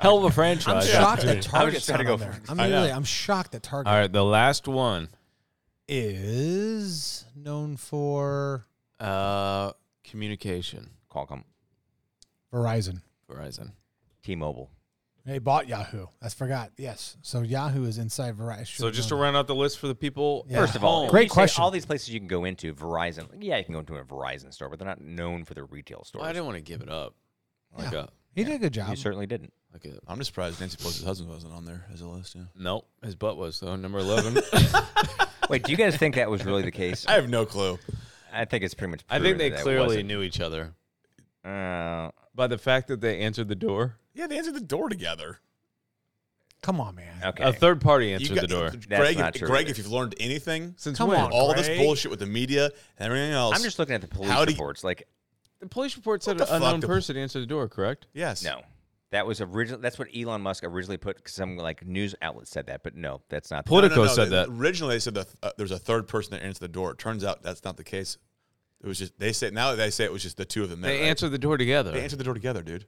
Hell of a I'm franchise. shocked that I was Target's just trying not to on go there. first. I'm I know. really. I'm shocked that Target All right, the last one. is known for Uh, communication. Qualcomm. Verizon. Verizon. T-Mobile. They bought Yahoo. That's forgot. Yes. So Yahoo is inside Verizon. So just to round out the list for the people. Yeah. First of all, Home. Great you say question. All these places you can go into, Verizon. Yeah, you can go into a Verizon store, but they're not known for their retail stores. Well, I didn't want to give it up. Like a he did a good job. you certainly didn't. like a I'm just surprised Nancy Pelosi's husband wasn't on there as a list. Yeah. nope. His butt was though number eleven. Wait, do you guys think that was really the case? I have no clue. I think it's pretty much. I think proven they that it clearly wasn't. knew each other Uh, by the fact that they answered the door. Yeah, they answered the door together. Come on, man. okay. A third party answered You got- the door. Greg, not if, true. Greg, if you've learned anything Since Come when? on. all this Greg. bullshit with the media and everything else, I'm just looking at the police How do you- reports. Like, The police report said What an the fuck? unknown The- person answered the door. Correct? yes, no, that was original. That's what Elon Musk originally put. 'cause Some like news outlet said that, but no, that's not. the- Politico No, no, no, said they- that. Originally, they said that uh, there's a third person that answered the door. It turns out that's not the case. It was just they say now they say it was just the two of them. They there, right? answered the door together. They answered the door together, dude.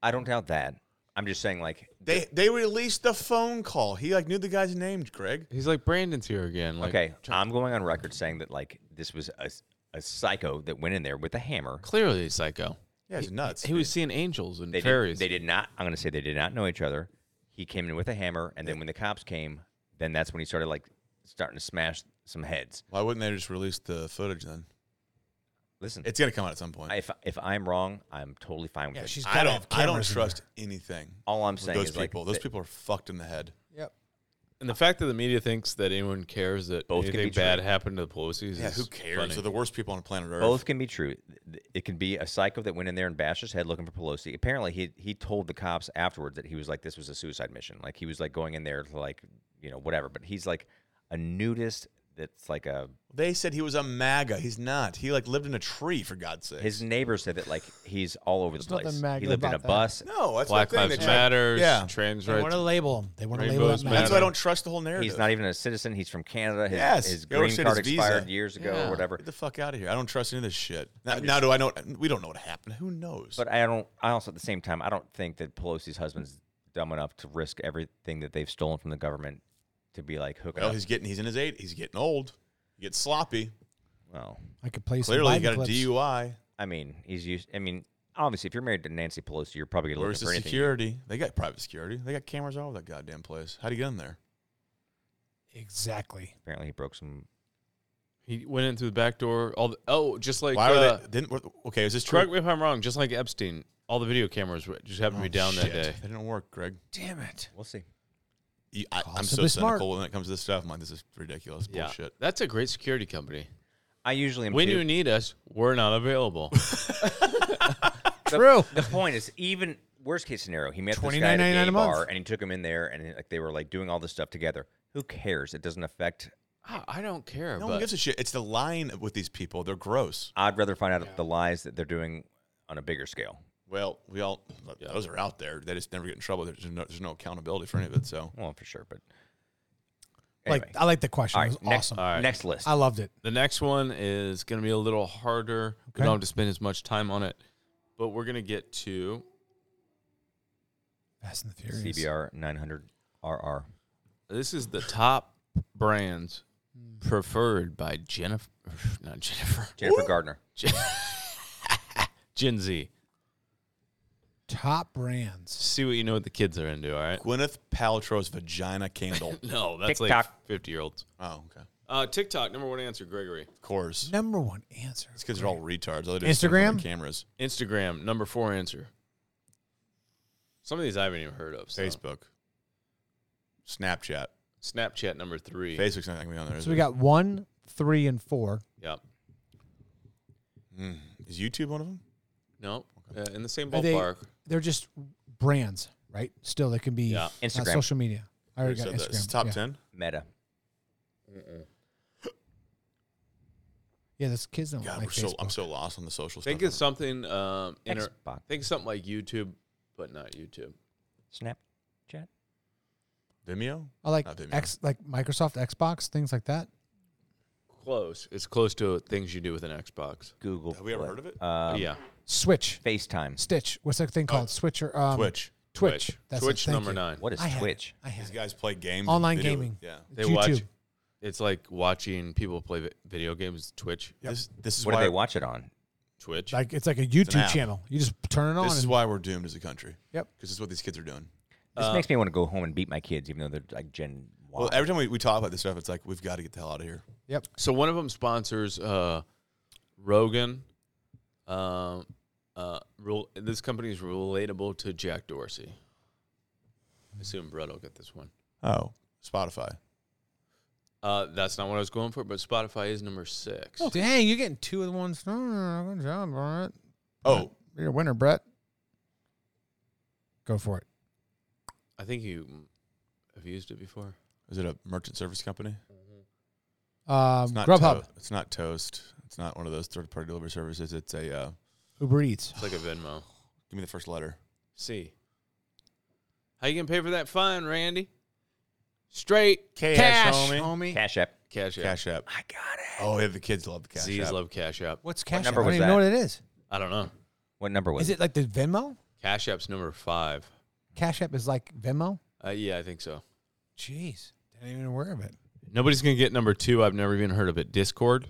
I don't doubt that. I'm just saying, like, They they released the phone call. He like knew the guy's name, Greg. He's like Brandon's here again. Like, okay, I'm going on record saying that like this was a, s- a psycho that went in there with a hammer. Clearly, a psycho. Yeah, he's nuts. He was seeing angels and They did, fairies. they did not. I'm going to say they did not know each other. He came in with a hammer, and then when the cops came, then that's when he started like starting to smash some heads. Why wouldn't they just release the footage then? Listen, It's gonna come out at some point. I- if if I'm wrong, I'm totally fine with Yeah, it. she's I gotta don't. have I don't cameras in trust anything. All I'm with saying those is like people. those that- people are fucked in the head. Yep. and the fact that the media thinks that anyone cares that Both can anything be true. bad happened to the Pelosi's Yeah, is who cares? funny. They're the worst people on planet Earth. Both can be true. Th- It can be a psycho that went in there and bashed his head looking for Pelosi. Apparently, he he told the cops afterwards that he was like this was a suicide mission. Like he was like going in there to like you know whatever. But he's like a nudist. That's like a They said he was a MAGA. He's not. He like lived in a tree for God's sake. his neighbor said that like he's all over the nothing place. MAGA He lived in a about that. bus. no, that's Black the thing. They Lives tried- Matter, Yeah, trans They want rights. to label him. They want to label that that's Rainbows man. matter. why I don't trust the whole narrative. He's not even a citizen. He's from Canada. His, Yes, his they already green said card his visa. expired years ago Yeah. or whatever. Get the fuck out of here. I don't trust any of this shit. Now, now do I know? We don't know what happened. Who knows? But I don't. I also at the same time, I don't think that Pelosi's husband's dumb enough to risk everything that they've stolen from the government to be like hooking well, up. he's getting. He's in his eight. He's getting old. He gets sloppy. well, I could play some Clearly, he Biden got clips. a DUI. I mean, he's used. I mean, obviously, if you're married to Nancy Pelosi, you're probably gonna Where's look for the anything. security? They got private security. They got cameras all over that goddamn place. How'd he get in there? Exactly. Apparently, he broke some. He went in through the back door. All the, oh, just like Why uh, were they? Didn't okay? Is this true? correct me if I'm wrong. Just like Epstein, all the video cameras were- just happened Oh, to be down shit. that day. They didn't work, Greg. Damn it. We'll see. You- I, Call I'm so somebody cynical smart. when it comes to this stuff. I'm like, this is ridiculous bullshit. that's a great security company. I usually am. When too. you need us, we're not available. True. the point is, even worst case scenario, he met this guy at a $29.99 gay a month. bar and he took him in there, and like they were like doing all this stuff together. Who cares? It doesn't affect. I, I don't care. No but one gives a shit. It's the line with these people. They're gross. I'd rather find out the lies that they're doing on a bigger scale. Well, we all those are out there. They just never get in trouble. There's no, there's no accountability for any of it. So Well, for sure, but Like I like the question. all it right, was next, awesome. next list. I loved it. the next one is going to be a little harder. We Okay. don't have to spend as much time on it, but we're going to get to Fast and the Furious. CBR 900 RR. this is the top brands Hmm. preferred by Jennifer, not Jennifer, Jennifer Gardner. Gen Z. Top brands. See what you know what the kids are into. All right. Gwyneth Paltrow's vagina candle. No, that's TikTok. like 50 year olds. oh, okay. Uh, TikTok, number one answer, Gregory. Of course. Number one answer. These kids are all retards. All they do is stand in front of cameras, Instagram, number four answer. Some of these I haven't even heard of. so. Facebook, Snapchat, Snapchat, number three. Facebook's not going to be on there. is So we it? got one, three, and four. Yep. is YouTube one of them? No, uh, in the same Are they, ballpark. they're just brands, right? Still, they can be Yeah. uh, Instagram. social media. I already Who got said that? Instagram. It's top yeah. ten. Meta. Yeah, this kids don't God, like we're so, I'm Facebook. so lost on the social Think stuff. of something. Um, inter- Xbox. think of something like YouTube, but not YouTube. Snapchat. Vimeo. I like Not Vimeo. X, like Microsoft Xbox things like that. Close. It's close to things you do with an Xbox. Google. Have we ever Play. heard of it? Um, yeah. Switch, FaceTime. Stitch. What's that thing called? Switcher. Um, Oh. Twitch. Twitch. That's it. Twitch Thank number you. nine. What is I had it. Twitch? I had These it. guys play games. and Online video- gaming. Yeah. They YouTube. watch. It's like watching people play vi- video games. Twitch. This, this is What do why they watch it on? Twitch. Like it's like a an YouTube app. channel. You just turn it on. This is and- why we're doomed as a country. Yep. Because this is what these kids are doing. This makes me want to go home and beat my kids, even though they're like Gen Y. Uh, Well, every time we, we talk about this stuff, it's like we've got to get the hell out of here. Yep. So one of them sponsors uh, Rogan. Um, uh, rel- this company is relatable to Jack Dorsey. I assume Brett will get this one. Oh, Spotify. Uh, that's not what I was going for, but Spotify is number six. Dang, you're getting two of the ones. Mm, Good job, Brett. Oh, You're a winner, Brett. Go for it. I think you have used it before. is it a merchant service company? Um, It's not Grubhub, To- it's not Toast. It's not one of those third party delivery services. It's a. Uh, Uber Eats. It's like a Venmo. give me the first letter. C. How you gonna pay for that fine, Randy? Straight Cash, homie. homie. Cash App. Cash app. Cash App. I got it. Oh, yeah, the kids love the Cash Z's App. love Cash app. What's Cash? number App? was I don't even know what it is. I don't know. What number was Is it like the Venmo? Cash app's number five. Cash App is like Venmo. Uh, yeah, I think so. Jeez, didn't even aware of it. Nobody's gonna get number two. I've never even heard of it. Discord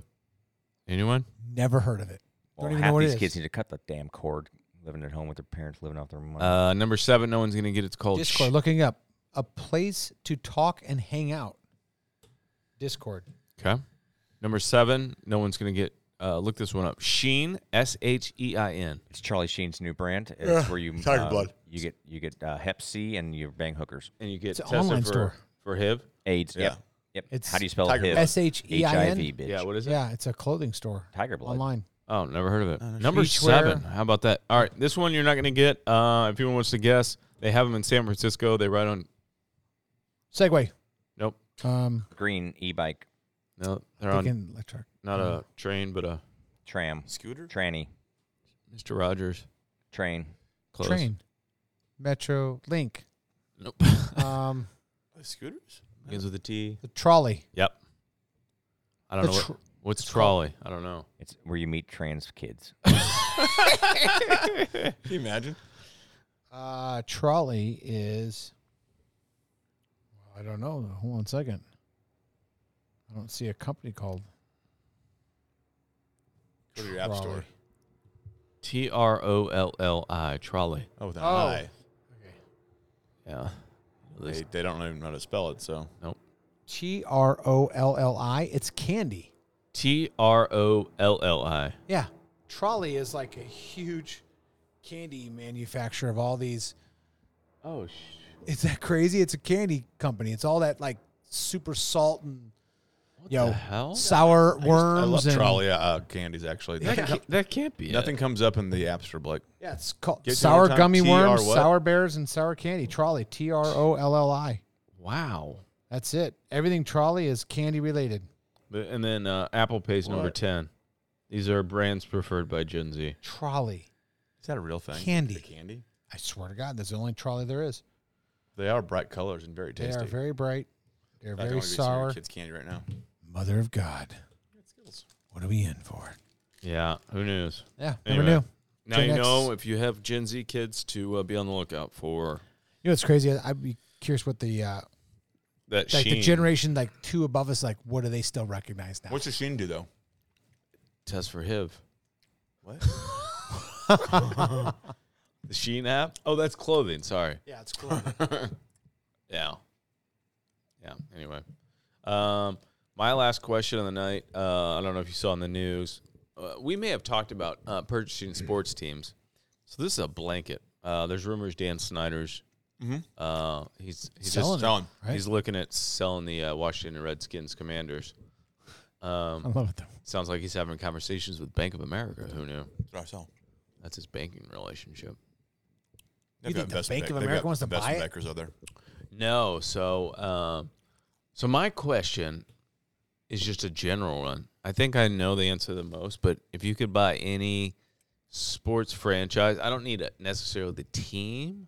Anyone? Never heard of it. Well, Don't even half know what it these is. kids need to cut the damn cord. Living at home with their parents, living off their money. Uh, number seven. No one's gonna get it. It's called Discord. Looking up a place to talk and hang out. Discord. Okay. Number seven. No one's gonna get. Uh, look this one up. Sheen. S H E I N. it's Charlie Sheen's new brand. It's Yeah, where you Tiger um, Blood. you get you get uh, Hep C and you bang hookers. And you get It's an tested online for store. for HIV. AIDS. Yeah. Yep. Yep. It's How do you spell Tiger HIV? Blood. S-H-E-I-N? HIV, bitch. Yeah. What is it? Yeah, Uh, it's a clothing store. Tiger Blood. Online. Oh, never heard of it. Number Beachwear. seven. How about that? All right, this one you're not going to get. Uh, if anyone wants to guess, they have them in San Francisco. They ride on. Segway. Nope. Um, Green e-bike, No, they're on thinking electric. not uh-huh. a train, but a tram, Scooter? tranny, Mr. Rogers. train. Close. Train. Metro Link. Nope. Um, Scooters? Begins with a T. the trolley. Yep. I don't The know what- tr- what's trolley. I don't know. It's where you meet trans kids. Can you imagine? Uh, trolley is. I don't know. Hold on a second. I don't see a company called Go to your app store. Trolley. T R O L L I. Trolley. Oh, with an Oh. I. Yeah. They, they don't even know how to spell it, so. Nope. T R O L L I. It's candy. T R O L L I. Yeah. Trolley is like a huge candy manufacturer of all these. Oh sh. Is that crazy? It's a candy company. It's all that like super salt and yo the hell? sour I, just, worms I love and trolley uh, uh, candies, actually. That, Nothing, can't, that can't be. it. nothing comes up in the app store, Blake. yeah, it's called Get to it sour one time. gummy TR worms, what? sour bears, and sour candy. Trolley, T R O L L I. Wow. That's it. Everything trolley is candy related. But- And then uh, Apple Pay's number What? 10. These are brands preferred by Gen Z. Trolley. Is that a real thing? Candy. The candy? I swear to God, that's the only trolley there is. They are bright colors and very They tasty. are very bright. They're I very can only be seeing your sour. Kids candy right now. Mother of God. What are we in for? Yeah, who knows? Yeah, Anyway. never knew. Now Gen you X. know if you have Gen Z kids to uh, be on the lookout for You know what's crazy? I'd be curious what the uh, that like the Shein generation like two above us like what do they still recognize now? What's the Sheen do, though? test for HIV. What? The Sheen app? Oh, that's clothing. Sorry. yeah, it's cool. Yeah. Yeah. Anyway, um, my last question of the night. Uh, I don't know if you saw in the news. Uh, we may have talked about uh, purchasing sports teams. So this is a blanket. Uh, there's rumors Dan Snyder's. Mm-hmm. Uh, he's he's Selling it, just Selling. right? he's looking at selling the uh, Washington Redskins Commanders. I love it though. Sounds like he's having conversations with Bank of America. Who knew? That's what I saw. That's his banking relationship. They've think got the investment Bank ba- of they've America got wants to buy investment it? bankers out there. No, so um, so my question is just a general one. I think I know the answer the most, but if you could buy any sports franchise, I don't need a, necessarily the team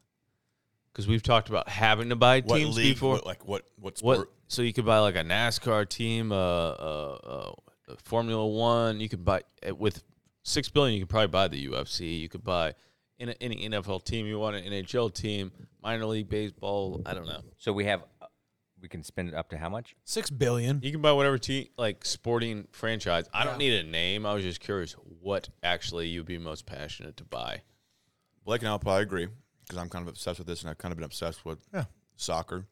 because we've talked about having to buy What teams league? before. What, like what? What sport? What? So you could buy like a NASCAR team, uh, uh, uh, a Formula One. You could buy eh, with six billion. You could probably buy the UFC. You could buy in any NFL team you want, an NHL team, minor league baseball. I don't know. So we have, uh, we can spend it up to how much? Six billion. You can buy whatever team, like sporting franchise. I don't need a name. I was just curious what actually you'd be most passionate to buy. Blake and I will probably agree because I'm kind of obsessed with this, and I've kind of been obsessed with Yeah. soccer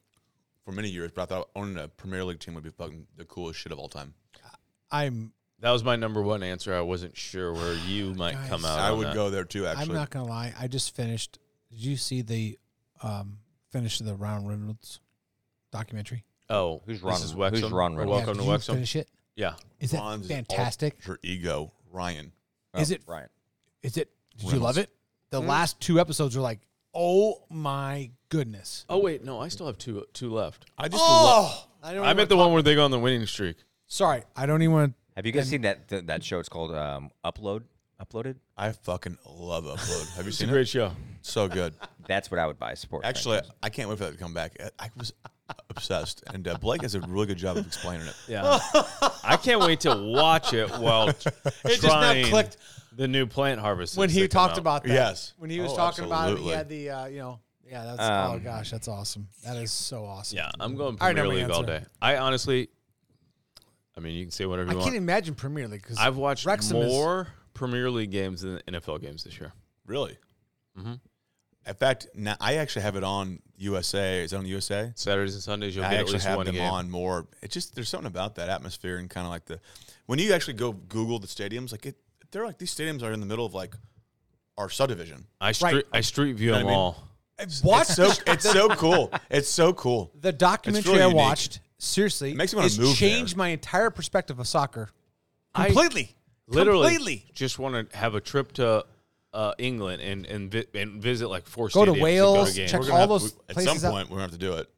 for many years. But I thought owning a Premier League team would be fucking the coolest shit of all time. I'm That was my number one answer. I wasn't sure where you might come out. I on would that. go there too. I'm Actually, not gonna lie. I just finished. Did you see the um, finish of the Ron Reynolds documentary? Oh, Who's This Ron- is who's Wexham. Ron Reynolds? Welcome yeah, to did you Wexham. Finish it. Yeah. Is that Ron's fantastic? Her ego, Ryan. Is it- right? Is it? Did you love it? The last two episodes were like, oh my goodness. Oh wait, no, I still have two two left. I just Oh, I don't. I meant the one where they go on the winning streak. Sorry, I don't even want. Have you guys seen that th- that show? It's called um, Upload. Uploaded. I fucking love Upload. Have you It's a seen great it? show. So good. That's what I would buy. Sport. Actually, I can't wait for that to come back. I- I was obsessed, and uh, Blake does a really good job of explaining it. Yeah, I can't wait to watch it while it just now trying clicked the new plant harvest when he talked about that. Yes. When he was Oh, talking about it, he absolutely. Um, had the uh, you know, yeah, that's oh gosh, that's awesome. That is so awesome. Yeah, I'm going I Premier know my League all answer. day. I honestly, I mean, you can say whatever I you can't want. imagine Premier League because I've watched more Premier League games than NFL games this year. Really? Mm-hmm. In fact, now I actually have it on USA. Is it on USA? Saturdays and Sundays, you'll I get at actually least have one them game. on more. It just there's something about that atmosphere and kind of like the when you actually go Google the stadiums, like it, they're like these stadiums are in the middle of like our subdivision. I street, I street view You know them what I mean? all. What? It's so it's so cool. It's so cool. The It's documentary really I unique. watched, seriously, It makes me wanna it's move there. changed my entire perspective of soccer I- completely. Literally, completely. just want to have a trip to uh, England and and, vi- and visit like four Go to stadiums and Wales, games. check We're all gonna have- those we- at some places out- point we're gonna have to do it.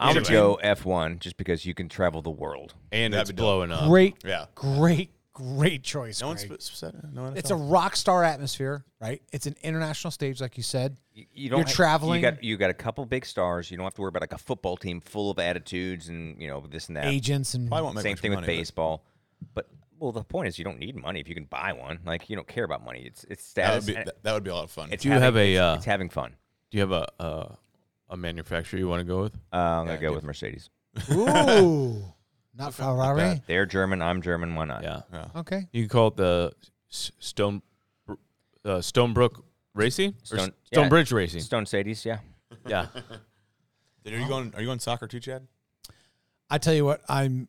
I'm Anyway. gonna go F one just because you can travel the world. and That'd it's be dope. blowing up. Great, Yeah. great, great choice. No one's Greg. said no one It's a rock star atmosphere, right? It's an international stage, like you said. You, you don't You're ha- traveling. You got you got a couple big stars. You don't have to worry about like a football team full of attitudes and you know this and that. Agents and probably won't make Same much thing money, with but- baseball. But well, the point is you don't need money if you can buy one. Like you don't care about money. It's it's That status. would be and that, that would be a lot of fun. it's Do you have having- a, it's- uh, it's having fun. Do you have a uh, a manufacturer you want to go with? Uh, I'm gonna yeah, go give- with Mercedes. Ooh, not Ferrari. bad. They're German. I'm German. Why not? Yeah, Okay, you can call it the S- Stone uh, Stonebrook Racing or Stone- S- Stonebridge yeah. Racing. Stone Sadies. Yeah. Yeah, Then are you going are you going soccer too, Chad? I tell you what, I'm.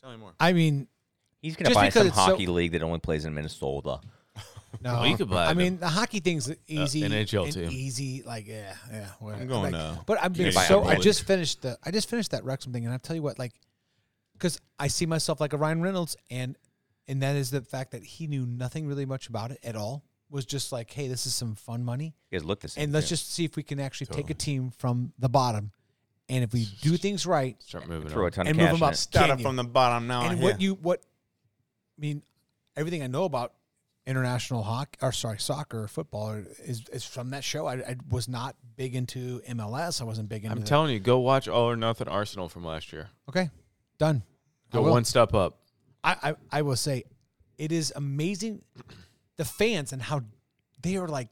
Tell me more. I mean, He's gonna Just buy because some it's so- hockey league that only plays in Minnesota. no, Well, you could buy I the- uh, mean, the hockey thing's easy. NHL and team. easy. Like, yeah, yeah. Whatever. going, Like, uh, but I'm you being can buy so. a I Rolex. just finished the. I just finished that Wrexham thing, and I tell you what, like, because I see myself like a Ryan Reynolds, and and that is the fact that he knew nothing really much about it at all. Was just like, hey, this is some fun money. You guys look the same. and let's too. just see if we can actually take a team from the bottom, and if we do things right, start moving. throw on. a ton of and move cash them in up. it. Start Can up you? from the bottom now. and what you what, I mean, everything I know about international hockey or sorry soccer or football or- is is from that show. I, I was not big into MLS. I wasn't big into. I'm the- telling you, go watch All or Nothing Arsenal from last year. Okay, done. I Go will. one step up. I, I I will say, it is amazing, the fans and how they are like,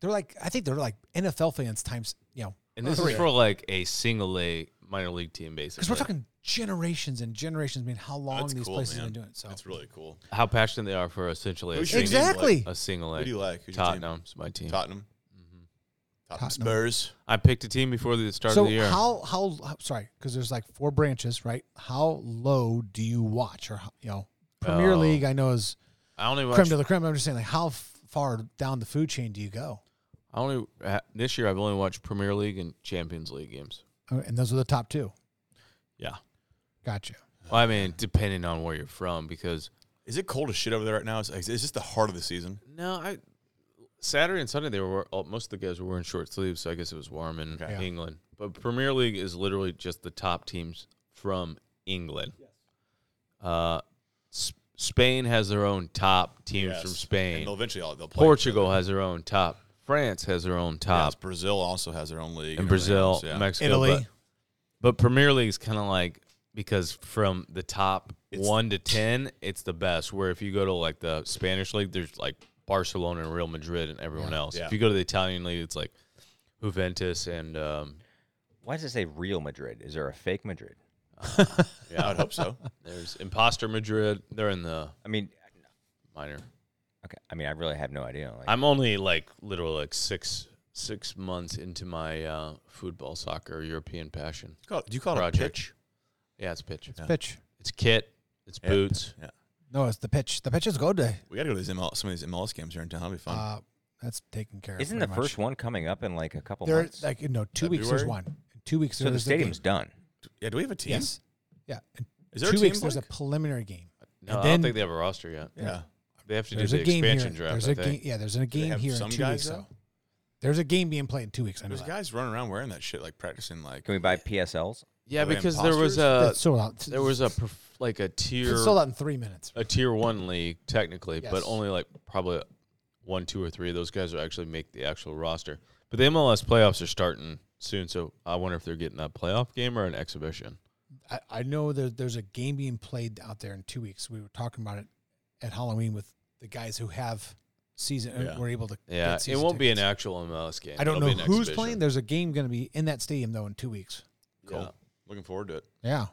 they're like I think they're like NFL fans times you know And this three. is for like a single A minor league team, basically. Because we're talking generations and generations. I mean, how long That's these cool, places man. have been doing it. So That's really cool. how passionate they are for essentially a Who's single, your team? exactly. a single A. Who do you like? Who's your team? Tottenham's my team. Tottenham. Tottenham. Tottenham. Spurs. I picked a team before the start So of the year. how how how- sorry because there's like four branches, right? How low do you watch or how, you know Premier Oh. League? I know is I only creme watched, de la creme. I'm just saying like how f- far down the food chain do you go? I only ha- this year I've only watched Premier League and Champions League games. Oh, And those are the top two. Yeah. Gotcha. Well, I mean, depending on where you're from, because Is it cold as shit over there right now? Is, is this the heart of the season? no, I Saturday and Sunday they were all, most of the guys were wearing short sleeves, so I guess it was warm in Yeah. England. But Premier League is literally just the top teams from England. Uh, S- Spain has their own top teams from And Spain. they'll eventually all, they'll play. Portugal has their own top. France has their own top. Yes, Brazil also has their own league. and and everything Brazil, else, yeah. Mexico, Italy. But, but Premier League is kind of like because from the top one to ten, it's the best. Where if you go to like the Spanish league, there's like Barcelona and Real Madrid and everyone else. Yeah. If you go to the Italian league, it's like Juventus and um, Why does it say Real Madrid? Is there a fake Madrid? Yeah, I'd hope so. there's Imposter Madrid. They're in the I mean, minor. okay. I mean, I really have no idea. Like, I'm only like literally like six six months into my uh, football, soccer, European passion. Call- Do you call it a Project. pitch? Yeah, it's pitch. It's pitch. It's kit. It's Yeah. boots. Yeah. No, it's the pitch. The pitch is good. Day. We got to go to these ML, some of these MLS games here in town. That'll be fun. Uh, that's taken care of. isn't the pretty much. first one coming up in like a couple There, months? like no, two weeks there's February? one. In two weeks so the there's a game. stadium's done. yeah, do we have a team? Yes. Yeah. In Is there a two team, weeks there's a Blake? preliminary game. And No, I then- don't think they have a roster yet. Yeah. They have to There's do a the game here. expansion draft. There's I a think. game. Yeah, there's a game have here in some two guys, weeks. though? Though. There's a game being played in two weeks. I know There's that. guys running around wearing that shit, like practicing, like. Can we buy PSLs? Yeah, Are they because there was a That's sold out. uh, there was a perf- like a tier It's sold out in three minutes. a tier one league technically, Yes. but only like probably one, two, or three of those guys will actually make the actual roster. But the MLS playoffs are starting soon, so I wonder if they're getting a playoff game or an exhibition. I, I know that there's a game being played out there in two weeks. We were talking about it at Halloween with the guys who have season uh, Yeah. were able to. Yeah, get it season won't be an tickets. actual MLS game. I don't It'll be know an who's exhibition. playing. There's a game going to be in that stadium though in two weeks. Cool. Yeah. Looking forward to it. Yeah,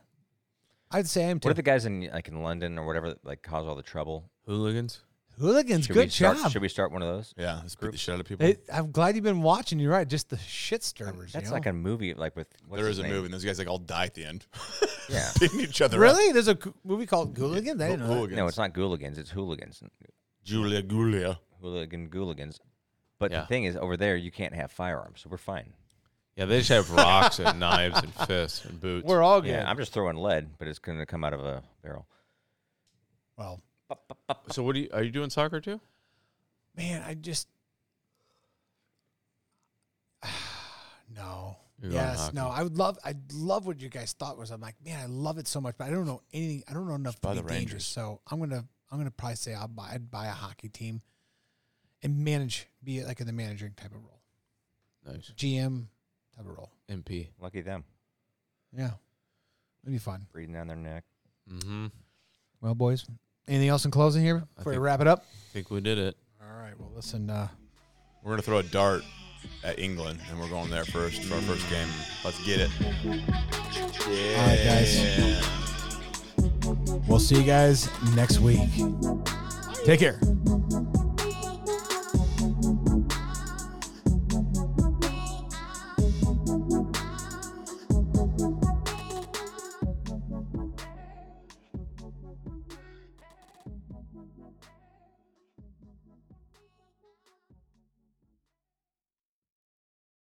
I'd say I'm What too. if the guys in like in London or whatever that, like cause all the trouble? Hooligans. Hooligans, Should we good start- job. Should we start one of those? Yeah, let's beat the shit out of people. They- I'm glad you've been watching. You're right. Just the shit stirrers. That's you like know? a movie, like with what's there his is a name? movie, and those guys like all die at the end, Yeah, beating each other up. really. There's a g- movie called Hooligan. I didn't know. that. Hooligans. no, it's not Gooligans. It's hooligans, Julia Julia. hooligan Gooligans. But Yeah. the thing is, over there you can't have firearms, so we're fine. Yeah, they just have rocks and knives and fists and boots. We're all good. Yeah, I'm just throwing lead, but it's going to come out of a barrel. well, so what do you are you doing soccer too? man, I just no. You're going yes, no. hockey. I would love. I love what you guys thought was. I'm like, man, I love it so much, but I don't know anything. I don't know enough to buy be the Rangers. dangerous. So I'm gonna. I'm gonna probably say I'll buy. I'd buy a hockey team, and manage. Be like in the managing type of role, Nice. GM type of role. MP. Lucky them, Yeah, it'd be fun. breathing down their neck. Mm-hmm. Well, boys, anything else in closing here before we think- wrap it up? think we did it. All right. Well, listen. Uh, We're gonna throw a dart at England, and we're going there first for our first game. Let's get it. All right, guys. We'll see you guys next week. Take care.